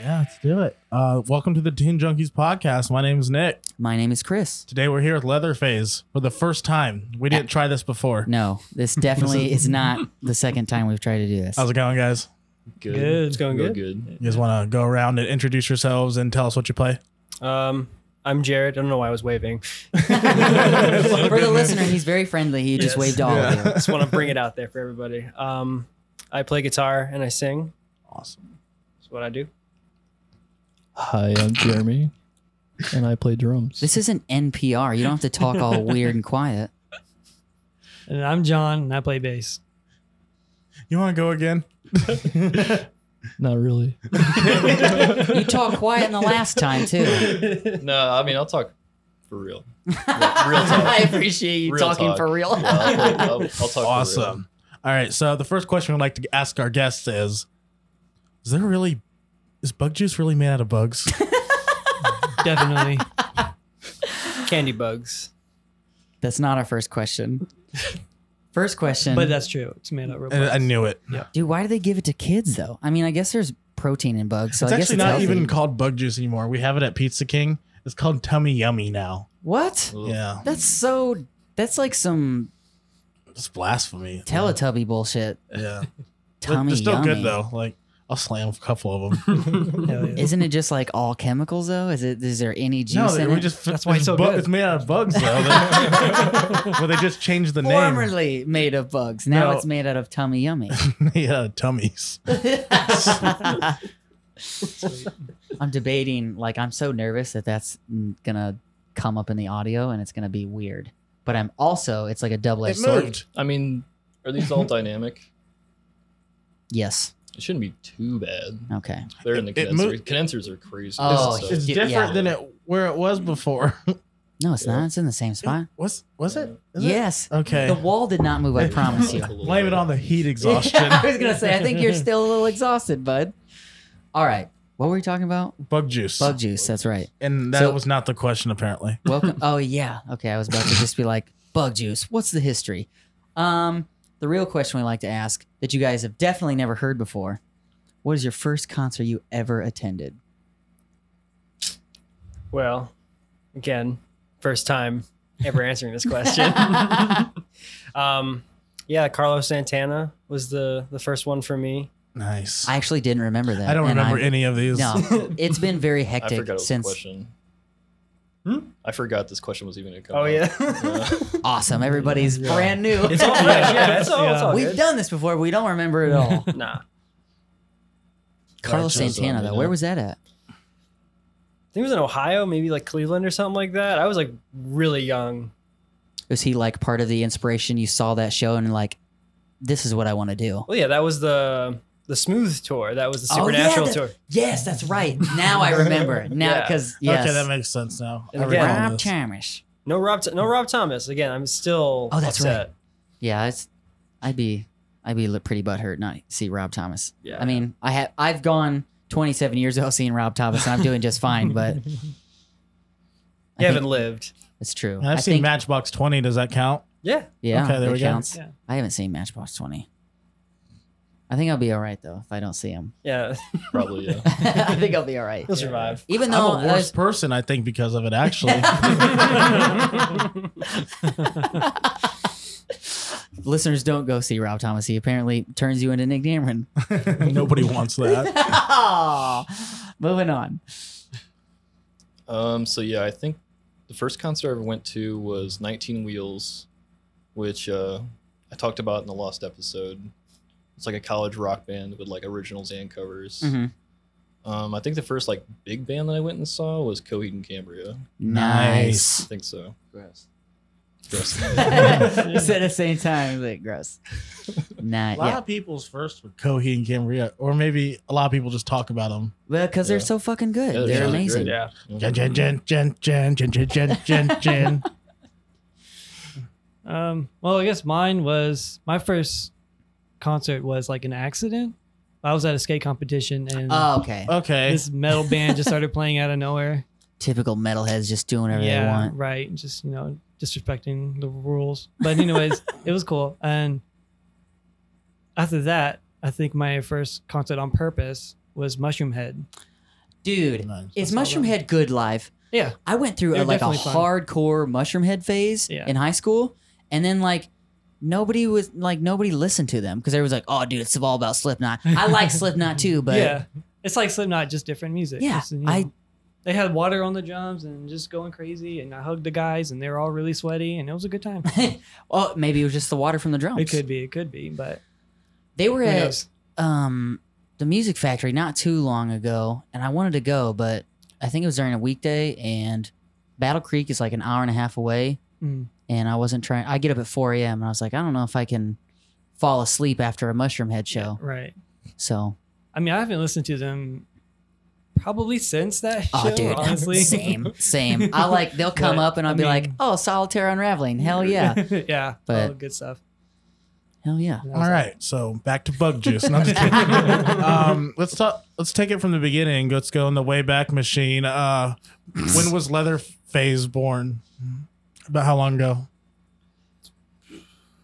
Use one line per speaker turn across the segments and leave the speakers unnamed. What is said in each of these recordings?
Yeah, let's do it. Uh, welcome to the Teen Junkies podcast. My name is Nick.
My name is Chris.
Today we're here with Leatherface for the first time. We didn't try this before.
No, this definitely is not the second time we've tried to do this.
How's it going, guys?
Good.
Good. It's going
Real
good.
You guys want to go around and introduce yourselves and tell us what you play?
Um, I'm Jared. I don't know why I was waving.
for the listener, he's very friendly. He just
Yes.
waved to all of you.
Just want to bring it out there for everybody. Um, I play guitar and I sing.
Awesome.
That's what I do.
Hi, I'm Jeremy, and I play drums.
This isn't NPR. You don't have to talk all weird and quiet.
And I'm John, and I play bass.
You want to go again?
Not really.
You talked quiet in the last time too.
no, I mean I'll talk for real. real talk.
I appreciate you
Real
talking
talk.
for real.
Yeah, I'll, play- I'll- I'll talk. for real.
Awesome. All right. So the first question I'd like to ask our guests is: Is there really is bug juice really made out of bugs?
Definitely.
Candy bugs.
That's not our first question. First question.
uh,
but that's true. It's made up real
I I knew it.
dude, why do they give it to kids though? I mean, I guess there's protein in bugs, so
it's
I guess
actually
it's
not
healthy.
even called bug juice anymore. We have it at Pizza King. It's called Tummy Yummy now.
What?
Ugh.
Yeah,
That's so. That's like some
it's blasphemy.
Teletubby bullshit.
Yeah, But
Tummy
they're still
yummy.
good though. Like I'll slam a couple of them.
Hell yeah.
Isn't it just like all chemicals though? Is it? Is there any juice
no,
in
we
it?
just
That's why it's so good.
It's made out of bugs though. well, they just changed the name.
formerly made of bugs. Now
No.
it's made out of tummy yummy.
yeah, tummies.
I'm debating. Like I'm so nervous that that's mm, gonna come up in the audio and it's gonna be weird. But I'm also it's like a double edged
It
sword.
moved.
I mean, are these all dynamic?
Yes.
It shouldn't be too bad.
Okay.
They're in the
It- it
condenser.
moved-
Condensers are crazy.
Oh,
So-
shit.
It's
Yeah.
different than it where it was before.
No, it's not. It's in the same spot.
was was it? Is it?
yes.
Okay.
The wall did not move. I promise you.
It's a little
Blame it
bit.
on the heat exhaustion.
I was gonna say. I think you're still a little exhausted, bud. All right. What were we talking about?
Bug juice.
Bug juice. That's right.
and that
So-
was not the question apparently.
Welcome. oh yeah. Okay, I was about to just be like bug juice. What's the history? Um, the real question we like to ask that you guys have definitely never heard before: What is your first concert you ever attended?
Well, again, first time ever answering this question. um, yeah, Carlos Santana was the the first one for me.
Nice.
I
I,
actually didn't remember that.
don't
and
remember
I'm-
any of these.
No, it's been very
I
hectic
forgot
since.
since... the question. I forgot this question was even going to come.
Oh
up.
yeah,
Awesome, everybody's brand new.
it's all fresh. Yeah, it's all, it's all
We've
good.
done this before. We don't remember it all.
Nah, I
Carlos
Gotcha.
Santana, though, where was that at?
think it was in Ohio, maybe like Cleveland or something like that. I was like really young.
Was he like part of the inspiration? You saw that show and like, this is what I want to do.
Well, yeah, that was the the Smooth tour. That was the
Oh, yeah,
Supernatural
that-
tour.
Yes, that's right. Now I remember. Now
Yeah.
because
Okay,
yes,
that makes sense now. I
And again-
recall
Rob
this.
Thomas.
No Rob, no Rob Thomas. Again, I'm still.
Hmm. Oh, that's
upset.
Yeah, it's, I'd be I'd be li- pretty butthurt not see Rob Thomas.
Yeah.
I mean, I have I've gone 27 years without seeing Rob Thomas, and I'm doing just fine. But I
You
think
haven't lived.
it's true.
I've
I
seen
think,
Matchbox Twenty. Does that count?
Yeah.
Yeah,
Okay, there
that
we go.
counts.
Yeah.
I haven't seen Matchbox 20. I think I'll be all right though if I don't see him.
Yeah.
Probably yeah.
I think I'll be all right.
You'll survive.
Even though
I'm a
I
worse
was-
person, I think, because of it. Actually,
listeners don't go see Rob Thomas, he apparently turns you into Nick Cameron.
nobody wants that.
Moving on.
Um, so yeah, I think the first concert I ever went to was 19 Wheels, which uh, I talked about in the lost episode. It's like a college rock band with like originals and covers.
Mhm.
Um, I think the first like big band that I went and saw was Coheed and Cambria.
Nice.
I think so.
Grass.
you said at the same time, like gross. Nah,
A lot
yeah.
of people's first were Coheed and Cambria, or maybe a lot of people just talk about them.
Well, because they're
Yeah.
so fucking good.
Yeah,
they're
they're really
amazing.
great.
Yeah.
Jen, Jen, Jen, Jen, Jen, Jen, Jen, Jen, Jen, Jen.
Um, well, I guess mine was my first concert was like an accident. I was at a skate competition and
Oh, okay.
Okay.
this metal band just started playing out of nowhere.
Typical metalheads just doing whatever they
yeah,
want.
right. Just you know, disrespecting the rules. But anyways, it was cool. And after that, I think my first concert on purpose was Mushroom Head.
Dude,
Nice.
is Mushroom Head good live?
Yeah.
I went through a,
They're
like a
definitely fun.
hardcore mushroom head phase
Yeah.
in high school, and then like nobody was like nobody listened to them because everyone was like, "Oh, dude, it's all about Slipknot." I like Slipknot too, but
yeah, it's like Slipknot, just different music.
Yeah,
Just, you know,
I-
They had water on the drums and just going crazy, and I hugged the guys, and they were all really sweaty, and it was a good time.
oh, maybe it was just the water from the drums.
it could be, it could be, but
They were
who
at
knows?
um the Music Factory not too long ago, and I wanted to go, but I think it was during a weekday, and Battle Creek is like an hour and a half away,
Mm.
and I wasn't trying. I get up at 4 a.m. and I was like, I don't know if I can fall asleep after a mushroom head show,
Right.
so.
I mean, I haven't listened to them probably since that
Oh,
show.
dude,
honestly,
same, same. I like they'll come
But,
up and I'll
I
be like,
mean-
"Oh, solitaire unraveling, hell yeah,
yeah,
But-
all good stuff.
hell yeah."
And I was
All right, so back to bug juice. No, I'm just kidding. um, let's talk. Let's take it from the beginning. Let's go in the wayback machine. Uh, when was Leatherface born? About how long ago?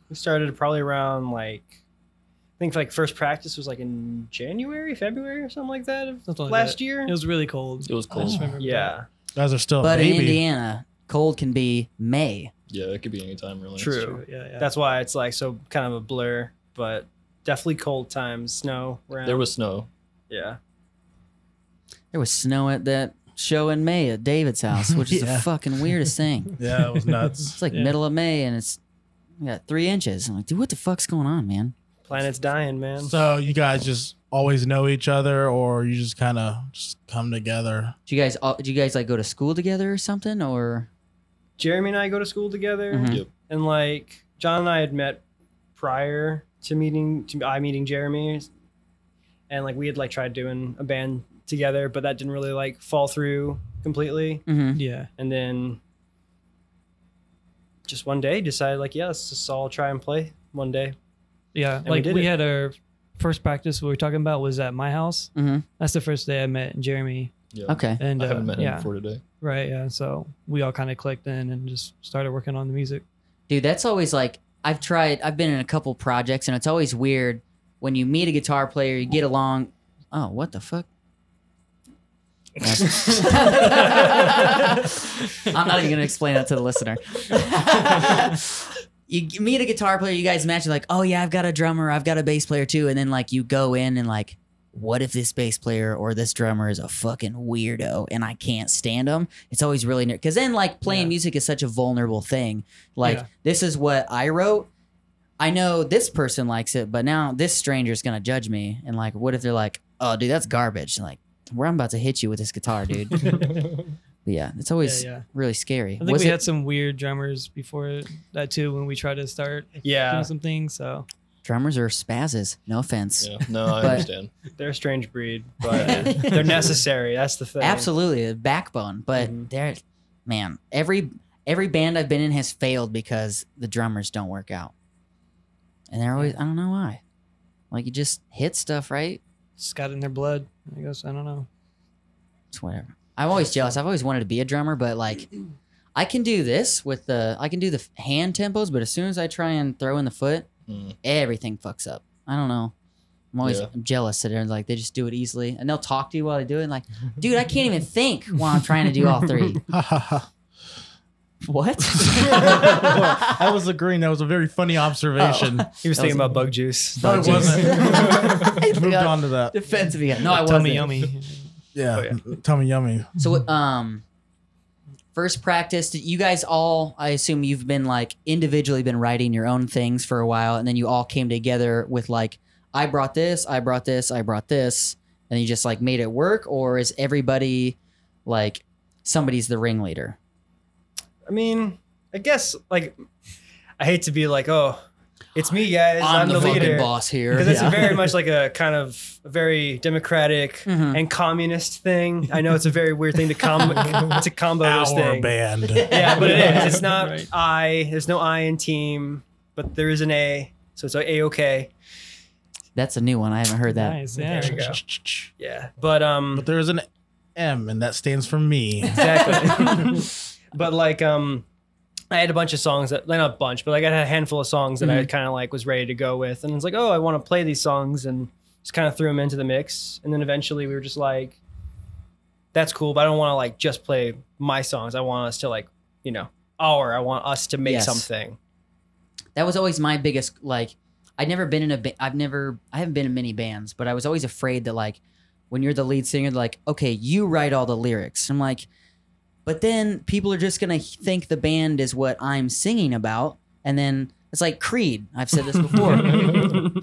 We started probably around like I think like first practice was like in January, February, or something like that of
Something like
last
that.
year.
It was really cold.
It was
I just
cold.
remember that.
yeah,
Guys are still a
But in
Oh, baby.
Indiana, cold can be May.
Yeah, it could be any time really.
True.
Yeah, yeah.
that's why it's like so kind of a blur, but definitely cold times, snow. Around.
There was snow.
yeah,
There was snow at that show in May at David's house, which is
Yeah.
the fucking weirdest thing.
yeah, it was nuts.
It's like
Yeah.
middle of May and it's we got three inches. I'm like, dude, what the fuck's going on, man?
planets dying, man.
so you guys just always know each other, or you just kind of just come together?
Do you guys all, do you guys like go to school together or something or?
Jeremy and I go to school together,
Mhm.
Yep.
and like John and I had met prior to meeting to I meeting Jeremy, and like we had like tried doing a band together, but that didn't really like fall through completely.
Mhm.
yeah.
And then just one day decided like, yeah, let's just all try and play one day.
Yeah,
we
like
did
we
it.
had our first practice. We were talking about was at my house.
Mhm.
That's the first day I met Jeremy,
Yeah.
Okay.
and
I
uh,
haven't met him
yeah,
before today.
right. Yeah, so we all kind of clicked in and just started working on the music.
Dude, that's always like I've tried. I've been in a couple projects, and it's always weird when you meet a guitar player, you get along. Oh, what the fuck? I'm not even gonna explain that to the listener. you g- meet a guitar player, you guys match. You're like, oh yeah, I've got a drummer, I've got a bass player too, and then like you go in and like, what if this bass player or this drummer is a fucking weirdo and I can't stand them? It's always really nerve because then like playing
Yeah.
music is such a vulnerable thing. Like
Yeah.
this is what I wrote. I know this person likes it, but now this stranger's gonna judge me. And like, what if they're like, "Oh, dude, that's garbage." And like, where I'm about to hit you with this guitar, dude. but yeah, it's always
yeah, yeah.
really scary.
I think
Was
we
it-
had some weird drummers before that too when we tried to start
Yeah,
doing some things. So
drummers are spazzes. No offense.
Yeah. No, I
But-
understand.
they're a strange breed, but they're necessary. That's the thing.
Absolutely, the backbone. But
Mm-hmm.
Mhm.
there, man, every every band I've been in has failed because the drummers don't work out, and they're always I don't know why. Like you just hit stuff, right?
just got it in their blood. I guess I don't know.
it's whatever. I'm always jealous. I've always wanted to be a drummer, but like, I can do this with the I can do the hand tempos, but as soon as I try and throw in the foot,
Mm.
everything fucks up. I don't know. I'm always
Yeah.
I'm jealous that everyone's like they just do it easily, and they'll talk to you while they do it. And like, dude, I can't even think while I'm trying to do all three. what?
I was agreeing. That was a very funny observation.
He was
That
thinking
was-
about bug juice.
No, it wasn't. Moved
Yeah.
on to that.
Defensive again. No, I wasn't.
Tummy yummy.
Yeah.
Oh,
Tell me yummy.
So what, um first practice did you guys all I assume you've been like individually been writing your own things for a while and then you all came together with like I brought this, I brought this, I brought this and you just like made it work or is everybody like somebody's the ringleader?
I mean, I guess like I hate to be like, oh, it's me, guys. I'm, the,
fucking
leader.
boss here.
Because it's
Yeah.
very much like a kind of a very democratic
Mhm.
and communist thing. I know it's a very weird thing to com to combo those
Our
things.
band.
Yeah, but it is. It's not
Right.
I. There's no I in team, but there is an A. So it's a okay.
That's a new one. I haven't heard that.
Nice. Yeah.
There we go. Yeah, but um,
But there is an M, and that stands for me.
exactly. but like um, I had a bunch of songs that not a bunch, but like I had a handful of songs that I kind of like was ready to go with, and it's like, oh, I want to play these songs, and just kind of threw them into the mix, and then eventually we were just like, that's cool, but I don't want to like just play my songs. I want us to like, you know, our. I want us to make
Yes.
something.
that was always my biggest like i'd never been in a ba- i've never i haven't been in many bands but i was always afraid that like when you're the lead singer they're like okay you write all the lyrics i'm like but then people are just gonna think the band is what i'm singing about and then it's like creed i've said this before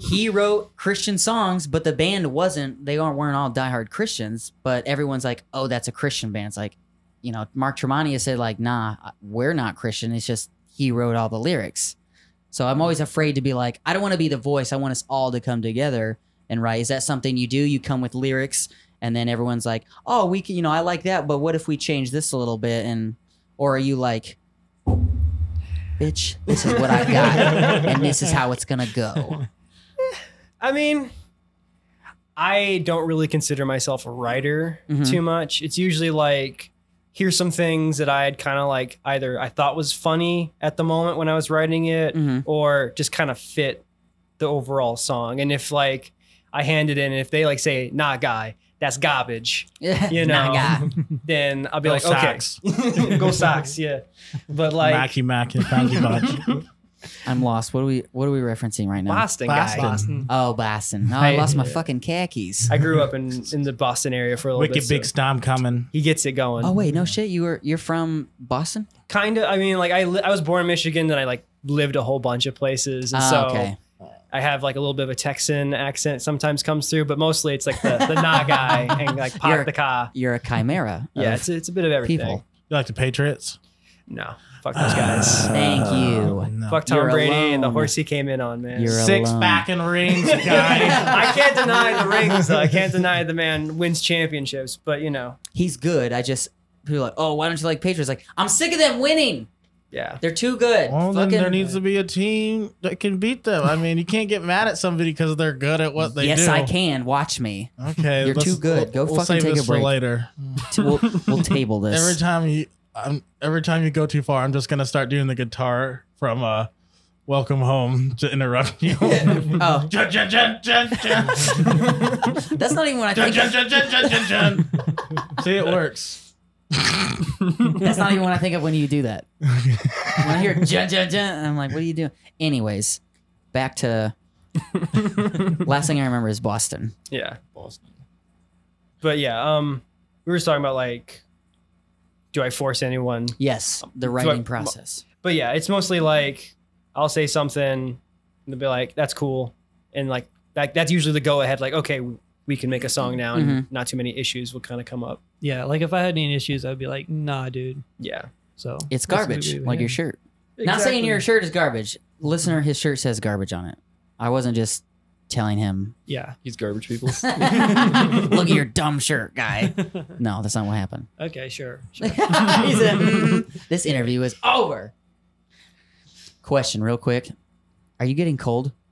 he wrote christian songs but the band wasn't they aren't weren't all diehard christians but everyone's like oh that's a christian band it's like you know mark tremonti has said like nah we're not christian it's just he wrote all the lyrics so I'm always afraid to be like, I don't want to be the voice. I want us all to come together and write. Is that something you do? You come with lyrics, and then everyone's like, oh, we can, you know, I like that, but what if we change this a little bit? And or are you like, bitch, this is what I got, and this is how it's gonna go.
I mean, I don't really consider myself a writer
Mm-hmm.
Mhm.
too much. It's usually like here's some things that I had kind of like either I thought was funny at the moment when I was writing it
Mhm.
Mm-hmm.
or just kind of fit the overall song. And if like I hand it in and if they like say, "Nah, guy, that's garbage." You
Nah,
know.
God.
Then I'll be
Go
like,
Sox.
"Okay. Go Sox." Yeah. But like
Mackey Mack and Foggy Bodge.
I'm lost. What are we? What are we referencing right now?
Boston, guy.
Boston.
Oh, Boston. Oh, I,
I-
lost my fucking khakis.
I grew up in in the Boston area for a little
Wicked
bit.
Big
so
Stom coming.
he gets it going.
oh wait, no shit. You were you're from Boston?
kind of i mean like i li- i was born in michigan then i like lived a whole bunch of places and
Ah,
so
okay.
i have like a little bit of a texan accent sometimes comes through but mostly it's like the, the nah guy and like
You're-
park the car
You're a chimera. of
yeah it's, it's a bit of everything
people.
You like the Patriots?
no fuck those guys
Thank you.
No.
fuck tom
Ah, You're
brady and the
alone.
horse he came in on man
You're
Six
alone.
back and rings, guy.
I can't deny the rings. Though. I can't deny the man wins championships, but you know,
he's good. I just people are like, oh, why don't you like Patriots? Like, I'm sick of them winning.
yeah.
They're too good.
Well, then
Fucking-
there needs to be a team that can beat them. I mean, you can't get mad at somebody because they're good at what they
yes,
do.
I can. Watch me.
Okay,
You're
let's-
too good. Go
we'll
fucking
save
take
this
a break.
for later.
T- We'll, we'll table this.
Every time you, I'm, every time you go too far, I'm just gonna start doing the guitar from uh, "Welcome Home" to interrupt you.
oh,
Jun, jun, jun, jun, jun.
that's not even what I
Jun,
think.
jun,
Of.
jun, jun, jun, jun, jun. See, it works.
That's not even what I think of when you do that. when I hear jun jun jun, I'm like, what are you doing? Anyways, back to last thing I remember is Boston.
Yeah.
Boston.
But yeah, um we were just talking about like do I force anyone
Yes, the
I-
writing process.
but yeah, it's mostly like I'll say something and they'll be like, "That's cool," and like that, that's usually the go ahead. Like, okay, we can make a song now, and
Mm-hmm.
not too many issues will kind of come up.
yeah, like if I had any issues, I'd be like, nah, dude.
Yeah,
So
It's
that's what
garbage,
we-
like
yeah.
your shirt. Not saying your shirt is garbage. Listener, his shirt says garbage on it. I wasn't just telling him
Yeah.
He's garbage people.
Look at your dumb shirt, guy. No, that's not what happened.
Okay, sure.
He
sure.
said, "Mm, this interview is over. Question, real quick. Are you getting cold?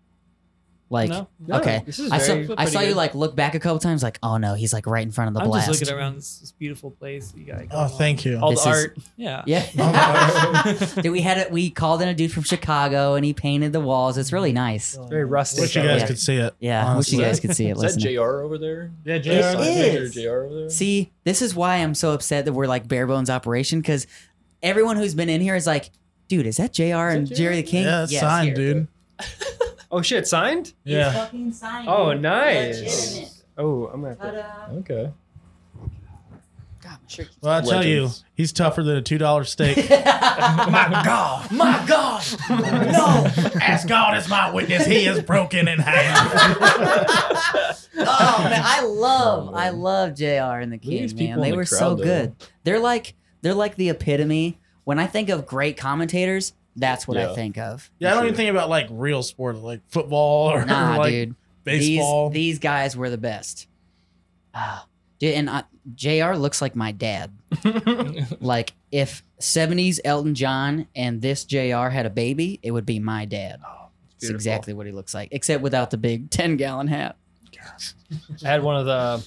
Like,
no,
okay.
this is
I saw,
very-
I saw
pretty
you
good.
like look back a couple times, like, oh no, he's like right in front of the
I'm
blast.
just looking around this, this beautiful place that you got.
Oh, thank you.
all
This
the
is-
art.
Yeah.
Yeah. Dude, we had it. We called in a dude from Chicago and he painted the walls. It's really nice.
It's very rustic.
Wish you guys
Yeah.
could see it.
Yeah, I wish you
Honestly.
guys could see it.
Is that
Listen.
JR over there?
Yeah,
Is that
It
Jared.
a picture of
is.
JR over there?
See, this is why I'm so upset that we're like bare bones operation because everyone who's been in here is like, dude, is that JR and
JR?
Jerry the King?
Yeah, it's
Yes,
signed,
here.
dude.
Oh shit, signed.
It's
Yeah.
fucking signed,
Oh,
dude.
nice.
Legitimate.
Oh, I'm gonna. Have to,
Ta-da.
Okay.
God, my shirt keeps-
Well, I tell you,
Legends.
he's tougher than a two dollar steak.
my God. My God. No.
As God is my witness, he is broken in half.
Oh man, I love
Oh, man.
I love JR and the
Look at these
King, man.
people
They
in the
were
crowd,
so
though.
good. They're like they're like the epitome. When I think of great commentators, that's what I
Yeah.
think of.
Yeah, I don't even think about like real sports like football or
Nah,
like
dude.
baseball.
These, these guys were the best. Ah, dude, and I, JR looks like my dad. like if 70s Elton John and this JR had a baby, it would be my dad. It's
Oh, beautiful.
exactly what he looks like, except without the big 10 gallon hat.
I had one of the.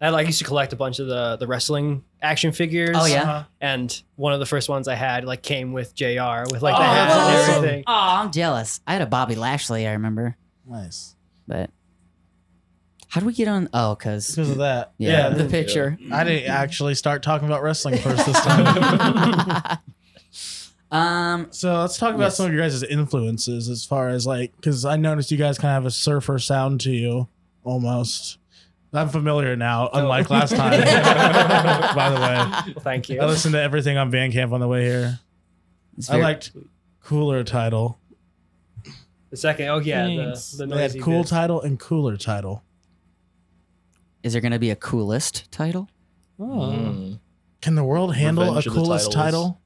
I like used to collect a bunch of the the wrestling action figures.
Oh, yeah.
Uh-huh.
and one of the first ones I had like came with Jr. with like
Oh,
the
that's
hats and
awesome.
everything.
Oh, I'm jealous. I had a Bobby Lashley, I remember,
Nice.
but How do we get on? Oh, cause
because of that.
yeah,
Yeah.
the picture.
I didn't actually start talking about wrestling first this time.
um,
so let's talk about
Yes.
some of your guys' influences as far as like, because I noticed you guys kind of have a surfer sound to you almost. I'm familiar now, unlike last time. By the way,
Well, thank you.
I listened to everything on Bandcamp on the way here.
it's
I
very-
liked cooler title.
the second, oh yeah,
Thanks.
the, the
They
noisy
had cool
bits.
title and cooler title.
Is there gonna be a coolest title?
Oh.
Mm.
Can the world handle
Revenge
a
of the
coolest
Titles.
title?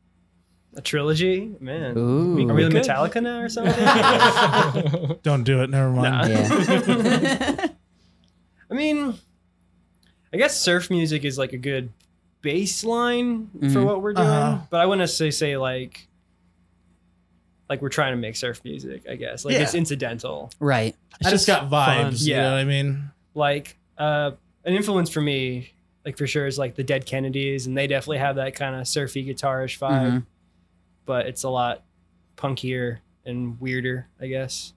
A trilogy, man.
Ooh. Um,
Are we the
Good.
Metallica now or something?
Don't do it. Never mind.
yeah.
I mean, I guess surf music is like a good baseline for
Mhm.
what we're doing,
Uh-huh.
but I wouldn't necessarily say like like we're trying to make surf music. I guess like it's
Yeah.
incidental.
right.
It's just got
fun.
vibes. You
Yeah.
know what I mean?
Like uh, an influence for me, like for sure, is like the Dead Kennedys, and they definitely have that kind of surfy guitarish vibe,
Mhm.
but it's a lot punkier and weirder. I guess.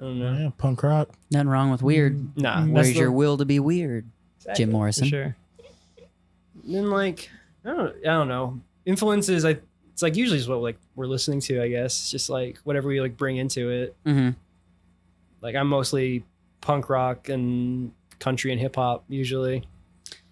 I don't know.
Yeah, punk rock.
Nothing wrong with
Mm,
weird.
Nah, Mm, that's
Where's
the-
your will to be weird,
Exactly.
Jim
For
Morrison?
sure.
then like I don't I don't know influences I it's like usually is what like we're listening to I guess It's just like whatever we like bring into it
Mm-hmm.
like I'm mostly punk rock and country and hip hop usually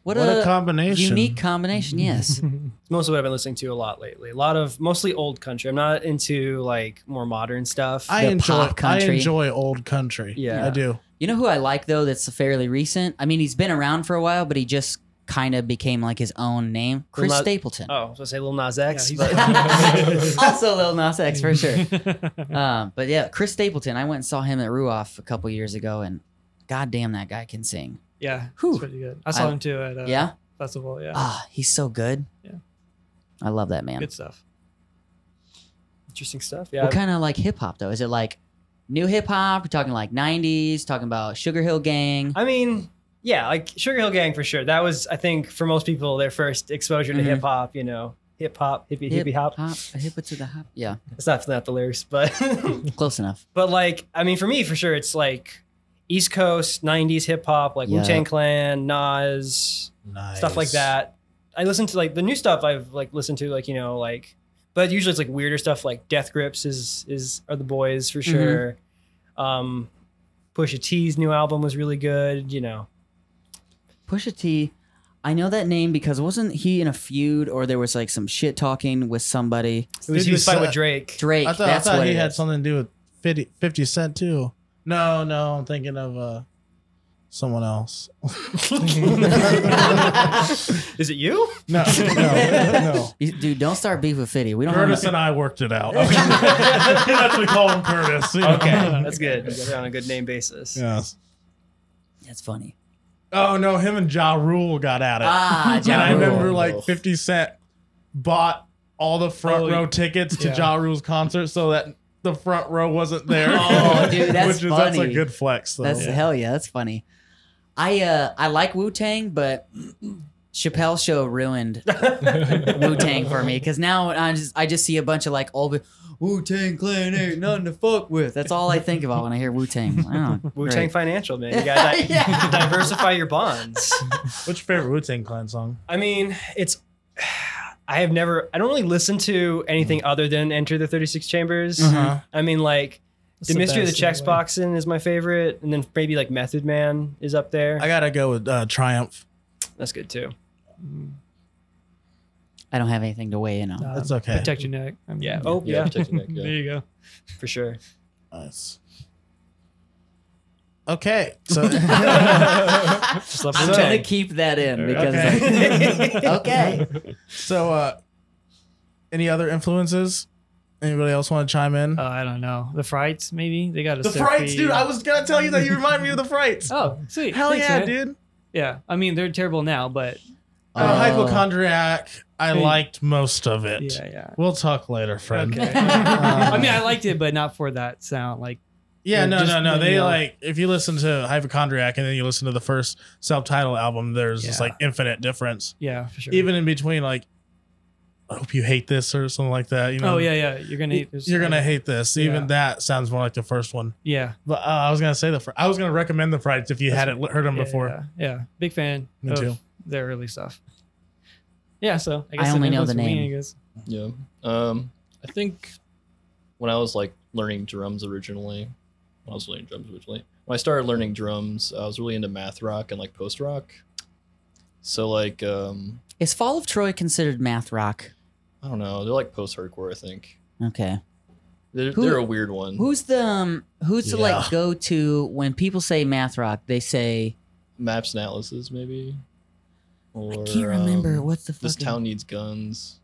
What,
What a
a,
combination.
unique combination. Yes.
it's mostly what I've been listening to a lot lately a lot of mostly old country I'm not into like more modern stuff
I
The
enjoy.
pop
I
country.
enjoy old country.
Yeah.
I do.
You know who I like though? That's fairly recent. I mean, he's been around for a while, but he just kind of became like his own name, Chris
Well, not-
Stapleton.
oh I was gonna say Lil Nas X
Yeah,
but
also Lil Nas X for sure. Um, but yeah, Chris Stapleton. I went and saw him at Ruoff a couple years ago, and goddamn, that guy can sing.
yeah.
Whew.
It's pretty good. I saw
I-
him too at uh,
yeah.
festival. Yeah.
Ah, he's so good.
Yeah.
I love that man.
Good stuff.
interesting stuff yeah
What kind of like hip hop though? Is it like new hip hop? We're talking like '90s. Talking about Sugar Hill Gang.
I mean, yeah, like Sugar Hill Gang for sure. That was, I think, for most people, their first exposure to
Mhm.
hip hop. You know, hip hop, hippie, hippie hop.
hop, a hip to the hop. Yeah,
It's not not the lyrics, but
close enough.
but like, I mean, for me, for sure, it's like East Coast '90s hip hop, like
Yeah.
Wu Tang Clan, Nas,
Nice.
stuff like that. I listen to like the new stuff I've like listened to like you know like but usually it's like weirder stuff like Death Grips is is are the boys for sure. Um Pusha T's new album was really good, you know.
Pusha T. I know that name because wasn't he in a feud or there was like some shit talking with somebody?
It was,
Did
he
you
was fighting
say-
with Drake.
Drake.
I thought, I
that's
thought
what
he
it
had
is.
something to do with 50, 50 Cent too. No, no, I'm thinking of uh, someone else.
Is it you?
No, no, no.
You- Dude, don't start beef with Fitty. We don't. have
Curtis and I worked it out. Okay. That's what we call him Curtis. you know.
Okay, that's good. You guys are on a good name basis.
Yes.
That's funny.
Oh no, him and Ja Rule got at it.
Ah,
and I
Ja Rule.
remember
Oh.
like 50 Cent bought all the front
Oh,
row tickets to
yeah.
Ja Rule's concert so that the front row wasn't there.
Oh, dude, that's
Which is that's a
funny.
good flex though.
That's hell yeah. That's funny. I uh I like Wu Tang, but Chappelle Show ruined Wu Tang for me because now I just I just see a bunch of like old Wu Tang Clan ain't nothing to fuck with. That's all I think about when I hear Wu Tang. Oh,
Wu Tang
great.
Financial, man. You gotta di-
Yeah.
diversify your bonds.
What's your favorite Wu Tang Clan song?
I mean, it's. I have never. I don't really listen to anything other than Enter the Thirty Six Chambers.
Mm-hmm.
Uh-huh.
I mean, like
It's
the mystery of the
best in a
checks
way.
boxing is my favorite, and then maybe like Method Man is up there.
I gotta go with uh, Triumph.
That's good too.
I don't have anything to weigh in on.
Nah,
That's okay.
Protect your neck. I mean,
Yeah. Oh yeah,
protecting that,
There
yeah.
you go.
for sure.
Nice. Okay, so
Just love
I'm
Wu
gonna
Tang.
keep that in because
Okay.
like, okay.
so uh, any other influences? Anybody else want to chime in?
Uh, I don't know. The frights, maybe they got a
the
surfy-
Frights, dude. I was gonna tell you that you remind me of the Frights.
Oh, sweet.
Hell
Thanks,
yeah,
man.
dude.
Yeah. I mean, they're terrible now, but
Uh,
Uh,
Hypochondriac. I
Hey.
liked most of it.
yeah, yeah.
We'll talk later, friend.
Okay.
Uh,
I mean, I liked it, but not for that sound. Like,
Yeah,
Yeah,
no,
just
no, no.
maybe
They
I'll-
like if you listen to Hypochondriac and then you listen to the first self-title album, there's just
Yeah.
like infinite difference,
yeah, for sure.
even in between. Like, I hope you hate this or something like that. You know?
Oh yeah, yeah. You're gonna eat. there's-
You're gonna hate this. Even
Yeah.
that sounds more like the first one.
Yeah.
But uh, I was gonna say the fr- I was gonna recommend the frights if you hadn't heard them
yeah,
before.
Yeah, yeah. Big fan.
Me
of
too.
Their early stuff. Yeah. So I, guess
only
it
know the
influenced me,
name.
I guess.
Yeah. Um, I think when I was like learning drums originally, when I was learning drums originally, when I started learning drums, I was really into math rock and like post rock. So like, um,
Is Fall of Troy considered math rock?
I don't know, they're like post hardcore. I think
Okay.
they're,
Who-
they're a weird one.
Who's the um, who's the
Yeah.
like go to when people say math rock? They say
Maps and Atlases maybe. Or,
I can't remember
um,
what's the
This
fucking-
town needs guns.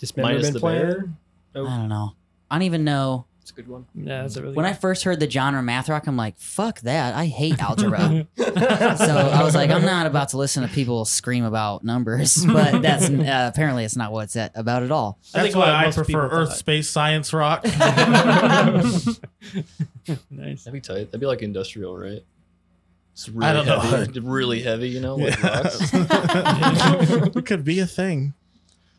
Minus
Dismemberment
the
player.
bear.
I don't know. I don't even know.
It's a good one.
Yeah, that's a really.
When I first heard the genre math rock, I'm like, fuck that. I hate algebra. so I was like, I'm not about to listen to people scream about numbers, but that's uh, apparently it's not what it's at, about at all.
That's
think what
why I
most people
prefer
thought.
Earth, Space, Science, Rock.
nice.
That'd be tight. That'd be like industrial, right? It's really
I don't know.
heavy. Really heavy, you know, like rocks.
it could be a thing.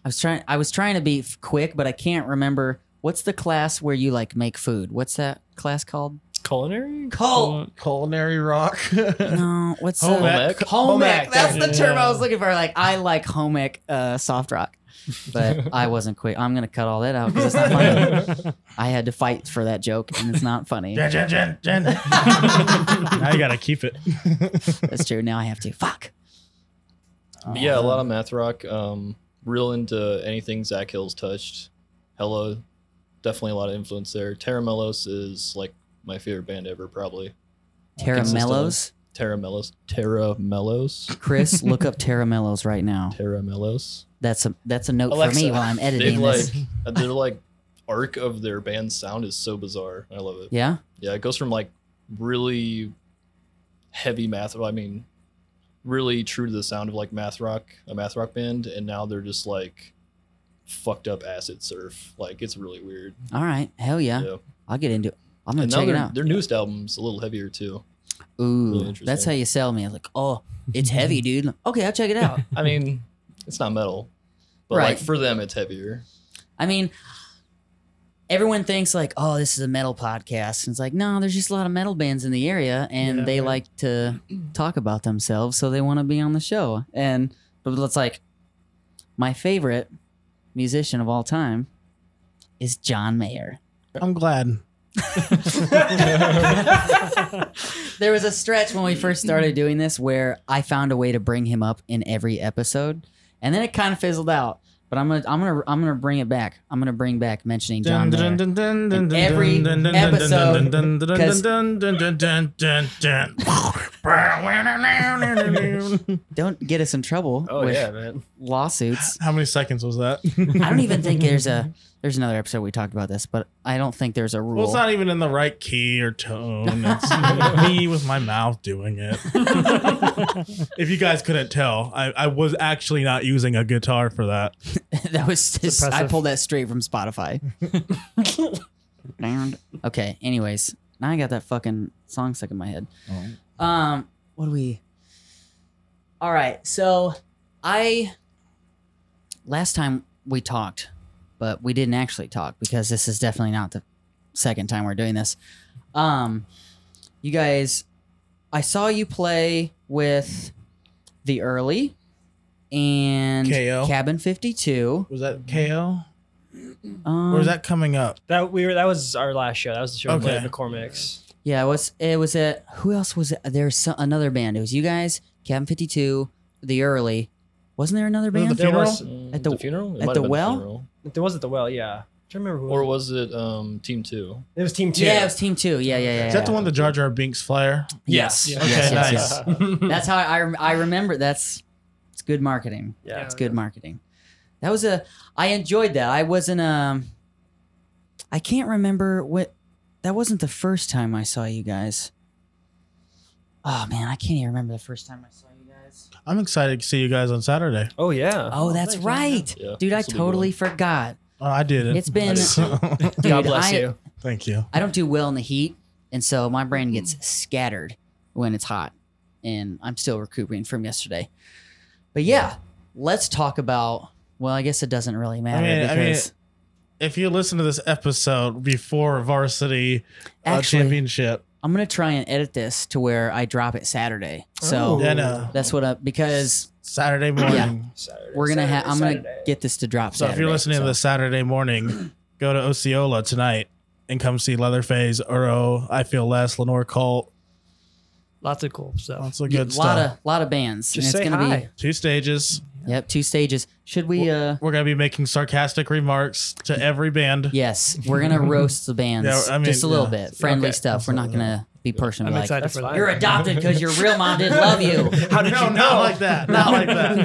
I was trying. I was trying to be f- quick, but I can't remember what's the class where you like make food. What's that class called?
Culinary.
Col-
Culinary rock.
No, what's uh, the-
Oh,
Home ec.
ec.
Home ec.
Home ec,
That's the
yeah.
term I was looking for. Like I like home ec uh, soft rock, but I wasn't quick. I'm gonna cut all that out because it's not funny. I had to fight for that joke, and it's not funny.
Jen, Jen, Jen, Jen. now you gotta keep it.
That's true. Now I have to. Fuck. Uh,
But yeah, a lot of math rock. Um, real into anything Zach Hill's touched. Hella, definitely a lot of influence there. Terra Melos is like my favorite band ever, probably.
Taramellos.
Terra Melos. Terra Melos.
Chris, look up Taramellos right now.
Terra Melos.
That's a that's a note
Alexa,
for me while I'm
They've
editing
like,
this.
their like arc of their band's sound is so bizarre. I love it.
Yeah.
Yeah, it goes from like really heavy math. well, I mean, really true to the sound of like math rock, a math rock band, and now they're just like fucked up acid surf. Like it's really weird.
All right. Hell yeah.
Yeah.
I'll get into it. I'm gonna
And now
check it
their,
out.
their newest album's a little heavier too.
Ooh,
interesting.
that's how you sell me. Like, oh, it's heavy, dude. Okay, I'll check it out.
I mean, it's not metal, but
Right.
like for them, it's heavier.
I mean, everyone thinks like, oh, this is a metal podcast. And it's like, no, there's just a lot of metal bands in the area, and
Yeah,
they
right.
like to talk about themselves, so they want to be on the show. And but it's like, my favorite musician of all time is John Mayer.
I'm glad.
There was a stretch when we first started doing this where I found a way to bring him up in every episode, and then it kind of fizzled out. But I'm gonna, I'm gonna, I'm gonna bring it back. I'm gonna bring back mentioning John Mayer. In every episode, 'cause- Don't get us in trouble
Oh
with
yeah, man.
lawsuits.
How many seconds was that?
I don't even think there's a. There's another episode we talked about this, but I don't think there's a
Well,
rule.
it's not even in the right key or tone. It's me with my mouth doing it. if you guys couldn't tell, I, I was actually not using a guitar for that.
that was just, I
impressive.
pulled that straight from Spotify. Darned. okay. Anyways, now I got that fucking song stuck in my head. Um, what do we? All right. So I last time we talked, but we didn't actually talk because this is definitely not the second time we're doing this. Um, you guys, I saw you play with the early and
KO.
Cabin Fifty Two.
Was that KO?
Um,
Or was that coming up?
That we were. That was our last show. That was the show we played
Okay.
at McCormick's.
Yeah, it was it was a who else was it? There's some, another band. It was you guys, Cabin Fifty Two, the early. Wasn't there another
Was it
band?
the funeral?
was-
Mm,
At the-
funeral, It
at
might
the
have been
well?
funeral.
There was at the well. Yeah. Do you remember who?
or was it um, Team Two?
it was Team Two.
Yeah, it was Team Two. Yeah, yeah, yeah.
Is that the one that Jar Jar Binks flyer?
Yes. yes.
Yeah.
Okay,
yes, yes,
nice.
yes. That's how I rem- I remember. That's it's good marketing.
yeah.
It's good marketing. That was a I enjoyed that. I wasn't um I can't remember what that wasn't the first time I saw you guys. Oh man, I can't even remember the first time I saw you guys.
I'm excited to see you guys on Saturday.
Oh yeah.
Oh, that's
thank you.
right.
Yeah,
Dude, I
this will be good.
totally forgot.
Oh, I did it.
It's been dude,
God bless
I,
you.
Thank you.
I don't do well in the heat, and so my
Mm-hmm.
brain gets scattered when it's hot, and I'm still recuperating from yesterday. But yeah, let's talk about Well, I guess it doesn't really matter
mean- I mean, uh,
because
If you listen to this episode before varsity uh,
actually,
championship,
I'm gonna try and edit this to where I drop it Saturday. So
then uh,
that's what I because
Saturday morning.
Saturday,
we're gonna have
Saturday,
I'm gonna
Saturday.
get this to drop.
So if you're
Saturday,
listening
so.
to this Saturday morning, go to Osceola tonight and come see Leatherface, Uro, I Feel Less, Lenore Colt.
Lots of cool stuff.
Lots of
Yeah,
good
lot
stuff.
of lot of bands.
Just
and it's
say
gonna
hi.
Two stages.
be yep two stages. Should we? uh
We're gonna be making sarcastic remarks to every band.
Yes, we're gonna roast the bands
Yeah, I mean,
just a little
yeah.
bit, friendly
Okay.
stuff. We're not gonna be personal.
I'm
Like,
excited
that's
for that.
fine.
You're adopted because your real mom didn't love you.
How did no, you not like that? Not like that.